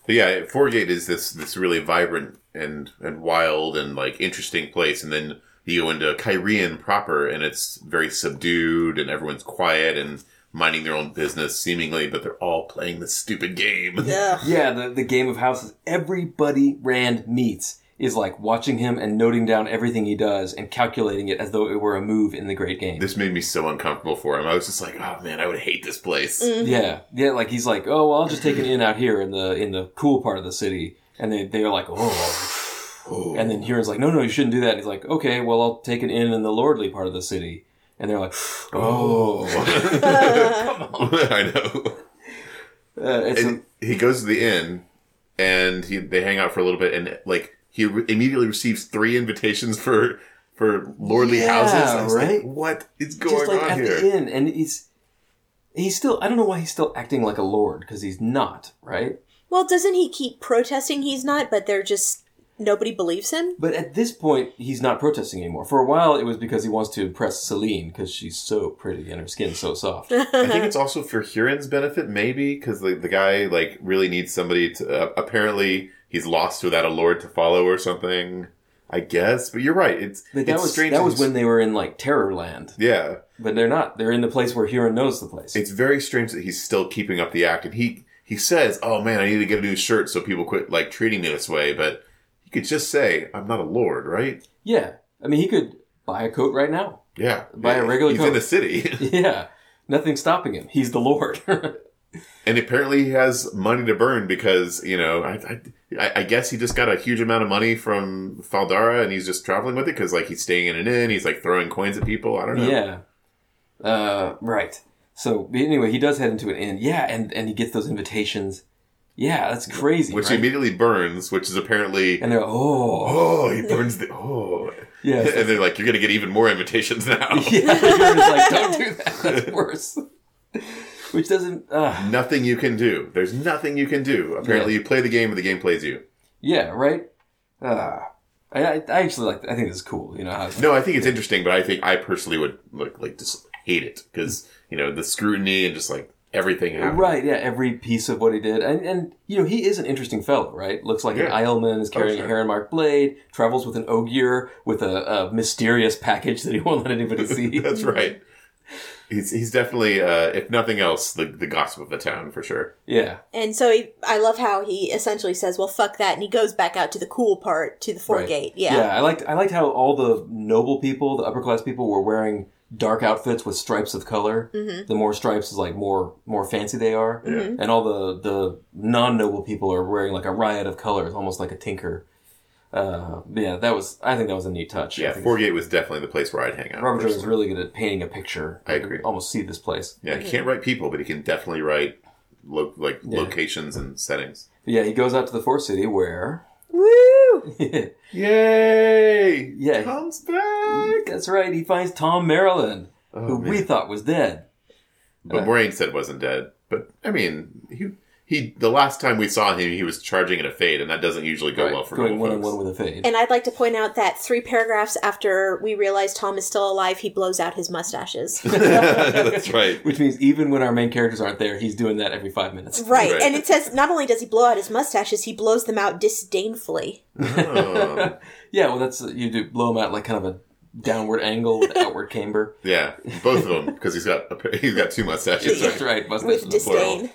S3: But yeah, Forgate is this this really vibrant and and wild and like interesting place, and then you go into Kyrian proper, and it's very subdued, and everyone's quiet and minding their own business seemingly, but they're all playing this stupid game.
S2: Ugh.
S1: yeah the, the game of houses everybody Rand meets is like watching him and noting down everything he does and calculating it as though it were a move in the great game
S3: This made me so uncomfortable for him. I was just like, oh man, I would hate this place.
S1: Yeah, yeah. Like he's like, oh, well, I'll just take an inn out here in the in the cool part of the city, and they they're like, oh. And then Huron's like, no, no, you shouldn't do that. And he's like, okay, well, I'll take an inn in the lordly part of the city. And they're like, oh,
S3: (laughs) I know.
S1: (laughs) uh, it's a,
S3: And he goes to the inn and he they hang out for a little bit and like he re- immediately receives three invitations for for lordly
S1: Yeah,
S3: houses I was like,
S1: right?
S3: what is going
S1: just like
S3: on
S1: at
S3: here
S1: the inn, and he's he's still. I don't know why he's still acting like a lord because he's not right.
S2: Well, doesn't he keep protesting he's not, but they're just nobody believes him?
S1: But at this point, he's not protesting anymore. For a while, it was because he wants to impress Celine because she's so pretty and her skin's so soft.
S3: i think it's also for huron's benefit maybe because the, the guy like really needs somebody to uh, apparently he's lost without a lord to follow or something i guess but you're right it's,
S1: But that
S3: it's
S1: was
S3: strange
S1: that
S3: and
S1: was
S3: s-
S1: when they were in like Terror Land.
S3: yeah
S1: But they're not. They're in the place where Huron knows the place.
S3: it's very strange that he's still keeping up the act and he he says oh man i need to get a new shirt so people quit like treating me this way but he could just say i'm not a lord right
S1: yeah. I mean, he could buy a coat right now.
S3: yeah
S1: Buy a regular
S3: he's
S1: coat.
S3: in the city (laughs)
S1: (laughs) Yeah. Nothing's stopping him. He's the Lord. (laughs)
S3: and apparently he has money to burn because you know I, I I- I guess he just got a huge amount of money from Faldara and he's just traveling with it because like he's staying in an inn he's like throwing coins at people I don't know
S1: yeah. Uh, right. So but anyway, he does head into an inn. Yeah, and and he gets those invitations. Yeah, that's crazy.
S3: which he
S1: right?
S3: immediately burns which is apparently
S1: and they're oh (laughs)
S3: oh he burns the oh
S1: Yeah. it's
S3: and they're like, you're gonna get even more invitations now.
S1: like- (laughs) yeah. You're just like, don't do that. That's worse. (laughs) Which doesn't. Uh,
S3: Nothing you can do. There's nothing you can do. Apparently, you play the game, and the game plays you.
S1: yeah. Right. Uh, I, I I actually like. I think this is cool. You know. How,
S3: No, I think it's interesting, but I think I personally would like like just hate it because you know the scrutiny and just like everything. Happened.
S1: Right, yeah, every piece of what he did. And, and you know, he is an interesting fellow, right? Looks like an
S3: Yeah. Oh,
S1: aisleman, is carrying
S3: sure.
S1: a heron marked blade, travels with an ogier with a, a mysterious package that he won't let
S3: (laughs)
S1: anybody see.
S3: That's right. He's he's definitely, uh, if nothing else, the the gossip of the town for sure.
S1: yeah,
S2: And so he, I love how he essentially says, "Well, fuck that," and he goes back out to the cool part, to the fort
S1: Right.
S2: gate.
S1: yeah.
S2: Yeah.
S1: I liked I liked how all the noble people, the upper class people, were wearing dark outfits with stripes of color. The more stripes is like more more fancy they are, and all the the non noble people are wearing like a riot of colors, almost like a tinker. Uh, yeah, that was I think that was a neat touch. I
S3: Yeah,
S1: think
S3: Forgate was definitely the place where I'd hang out.
S1: Robert Jordan
S3: personally.
S1: is really good at painting a picture.
S3: I agree.
S1: You almost see this place.
S3: Yeah, he can't write people, but he can definitely write lo- like locations and settings.
S1: But yeah, he goes out to the Forest City where. (laughs)
S2: Woo!
S3: Yay!
S1: Yeah.
S3: Tom's back.
S1: That's right. He finds Tom Maryland,
S3: Oh,
S1: who we thought was dead.
S3: But Moraine said wasn't dead. But I mean, he he. The last time we saw him, he was charging at a fade, and that doesn't usually go
S1: Right,
S3: well for
S1: going
S3: normal
S1: one on
S3: folks.
S1: one with (laughs) a fade.
S2: And I'd like to point out that three paragraphs after we realize Tom is still alive, he blows out
S1: (laughs)
S2: his mustaches.
S3: (laughs) That's right.
S1: Which means even when our main characters aren't there, he's doing that every five minutes. (laughs)
S2: Right.
S3: Right.
S2: And it says not only does he blow out his mustaches, he blows them out disdainfully.
S3: Oh.
S1: Yeah, well, that's you do blow him out like kind of a downward angle
S2: (laughs)
S1: with outward camber.
S3: yeah, both of them because he's got a, pa- he's got two mustaches.
S1: That's
S3: Right?
S1: right. mustache
S2: With
S1: is a plural.
S2: disdain.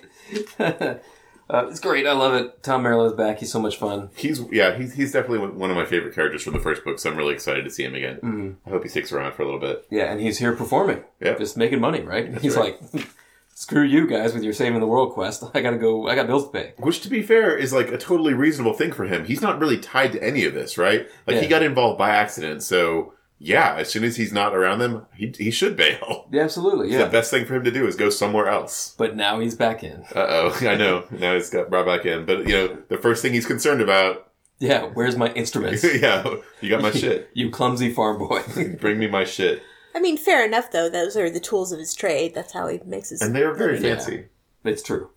S1: (laughs) Uh, it's great. I love it. Tom Maryland's back. He's so much fun.
S3: He's yeah, he's he's definitely one of my favorite characters from the first book. So I'm really excited to see him again.
S1: Mm-hmm.
S3: I hope he sticks around for a little bit.
S1: Yeah, and he's here performing.
S3: Yep.
S1: Just making money, right? he's
S3: right.
S1: like, (laughs) screw you guys with your saving the world quest. (laughs) I gotta go, I got bills to pay.
S3: Which, to be fair, is like a totally reasonable thing for him. He's not really tied to any of this, right? Like
S1: Yeah.
S3: he got involved by accident, so yeah. As soon as he's not around them, he he should bail.
S1: Yeah, absolutely,
S3: The
S1: yeah.
S3: best thing for him to do is go somewhere else.
S1: But now he's back in.
S3: Uh oh, (laughs) I know. Now he's got brought back in, but you know the first thing he's concerned about. (laughs)
S1: Yeah, where's my instruments?
S3: yeah,
S1: (laughs)
S3: you got my shit.
S1: you clumsy farm boy. (laughs)
S3: Bring me my shit.
S2: I mean, fair enough, though. Those are the tools of his trade. That's how he makes his.
S3: And they are very
S1: Yeah.
S3: fancy.
S1: it's true.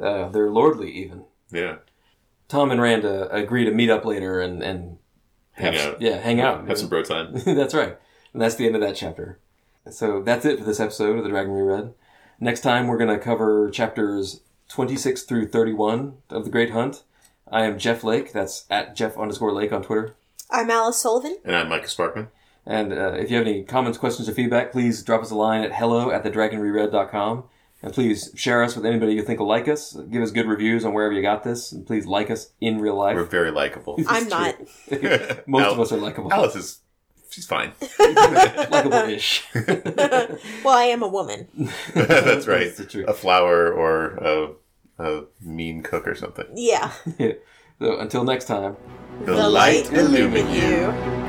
S1: Uh, they're lordly, even.
S3: Yeah,
S1: Tom and Randa agree to meet up later and, and
S3: hang
S1: have-
S3: out.
S1: Yeah, hang out.
S3: Have some bro time.
S1: (laughs) that's right. And that's the end of that chapter. So that's it for this episode of The Dragon Reread. Next time, we're going to cover chapters 26 through 31 of The Great Hunt. I am Jeff Lake. That's at Jeff underscore Lake on Twitter.
S2: I'm Alice
S1: (laughs)
S2: Sullivan. (laughs)
S3: And I'm Micah Sparkman.
S1: And uh, if you have any comments, questions, or feedback, please drop us a line at hello at thedragonreread.com. And please share us with anybody you think will like us. Give us good reviews on wherever you got this. And please like us in real life. (laughs)
S3: We're very likable.
S2: I'm not.
S1: Most of us are likable.
S3: Alice is she's fine. (laughs)
S1: Likable-ish. (laughs)
S2: Well, I am a woman.
S3: That's right.
S1: That's the truth.
S3: A flower or a, a mean cook or something.
S2: Yeah.
S1: so until next time.
S3: The,
S2: The light illumine you.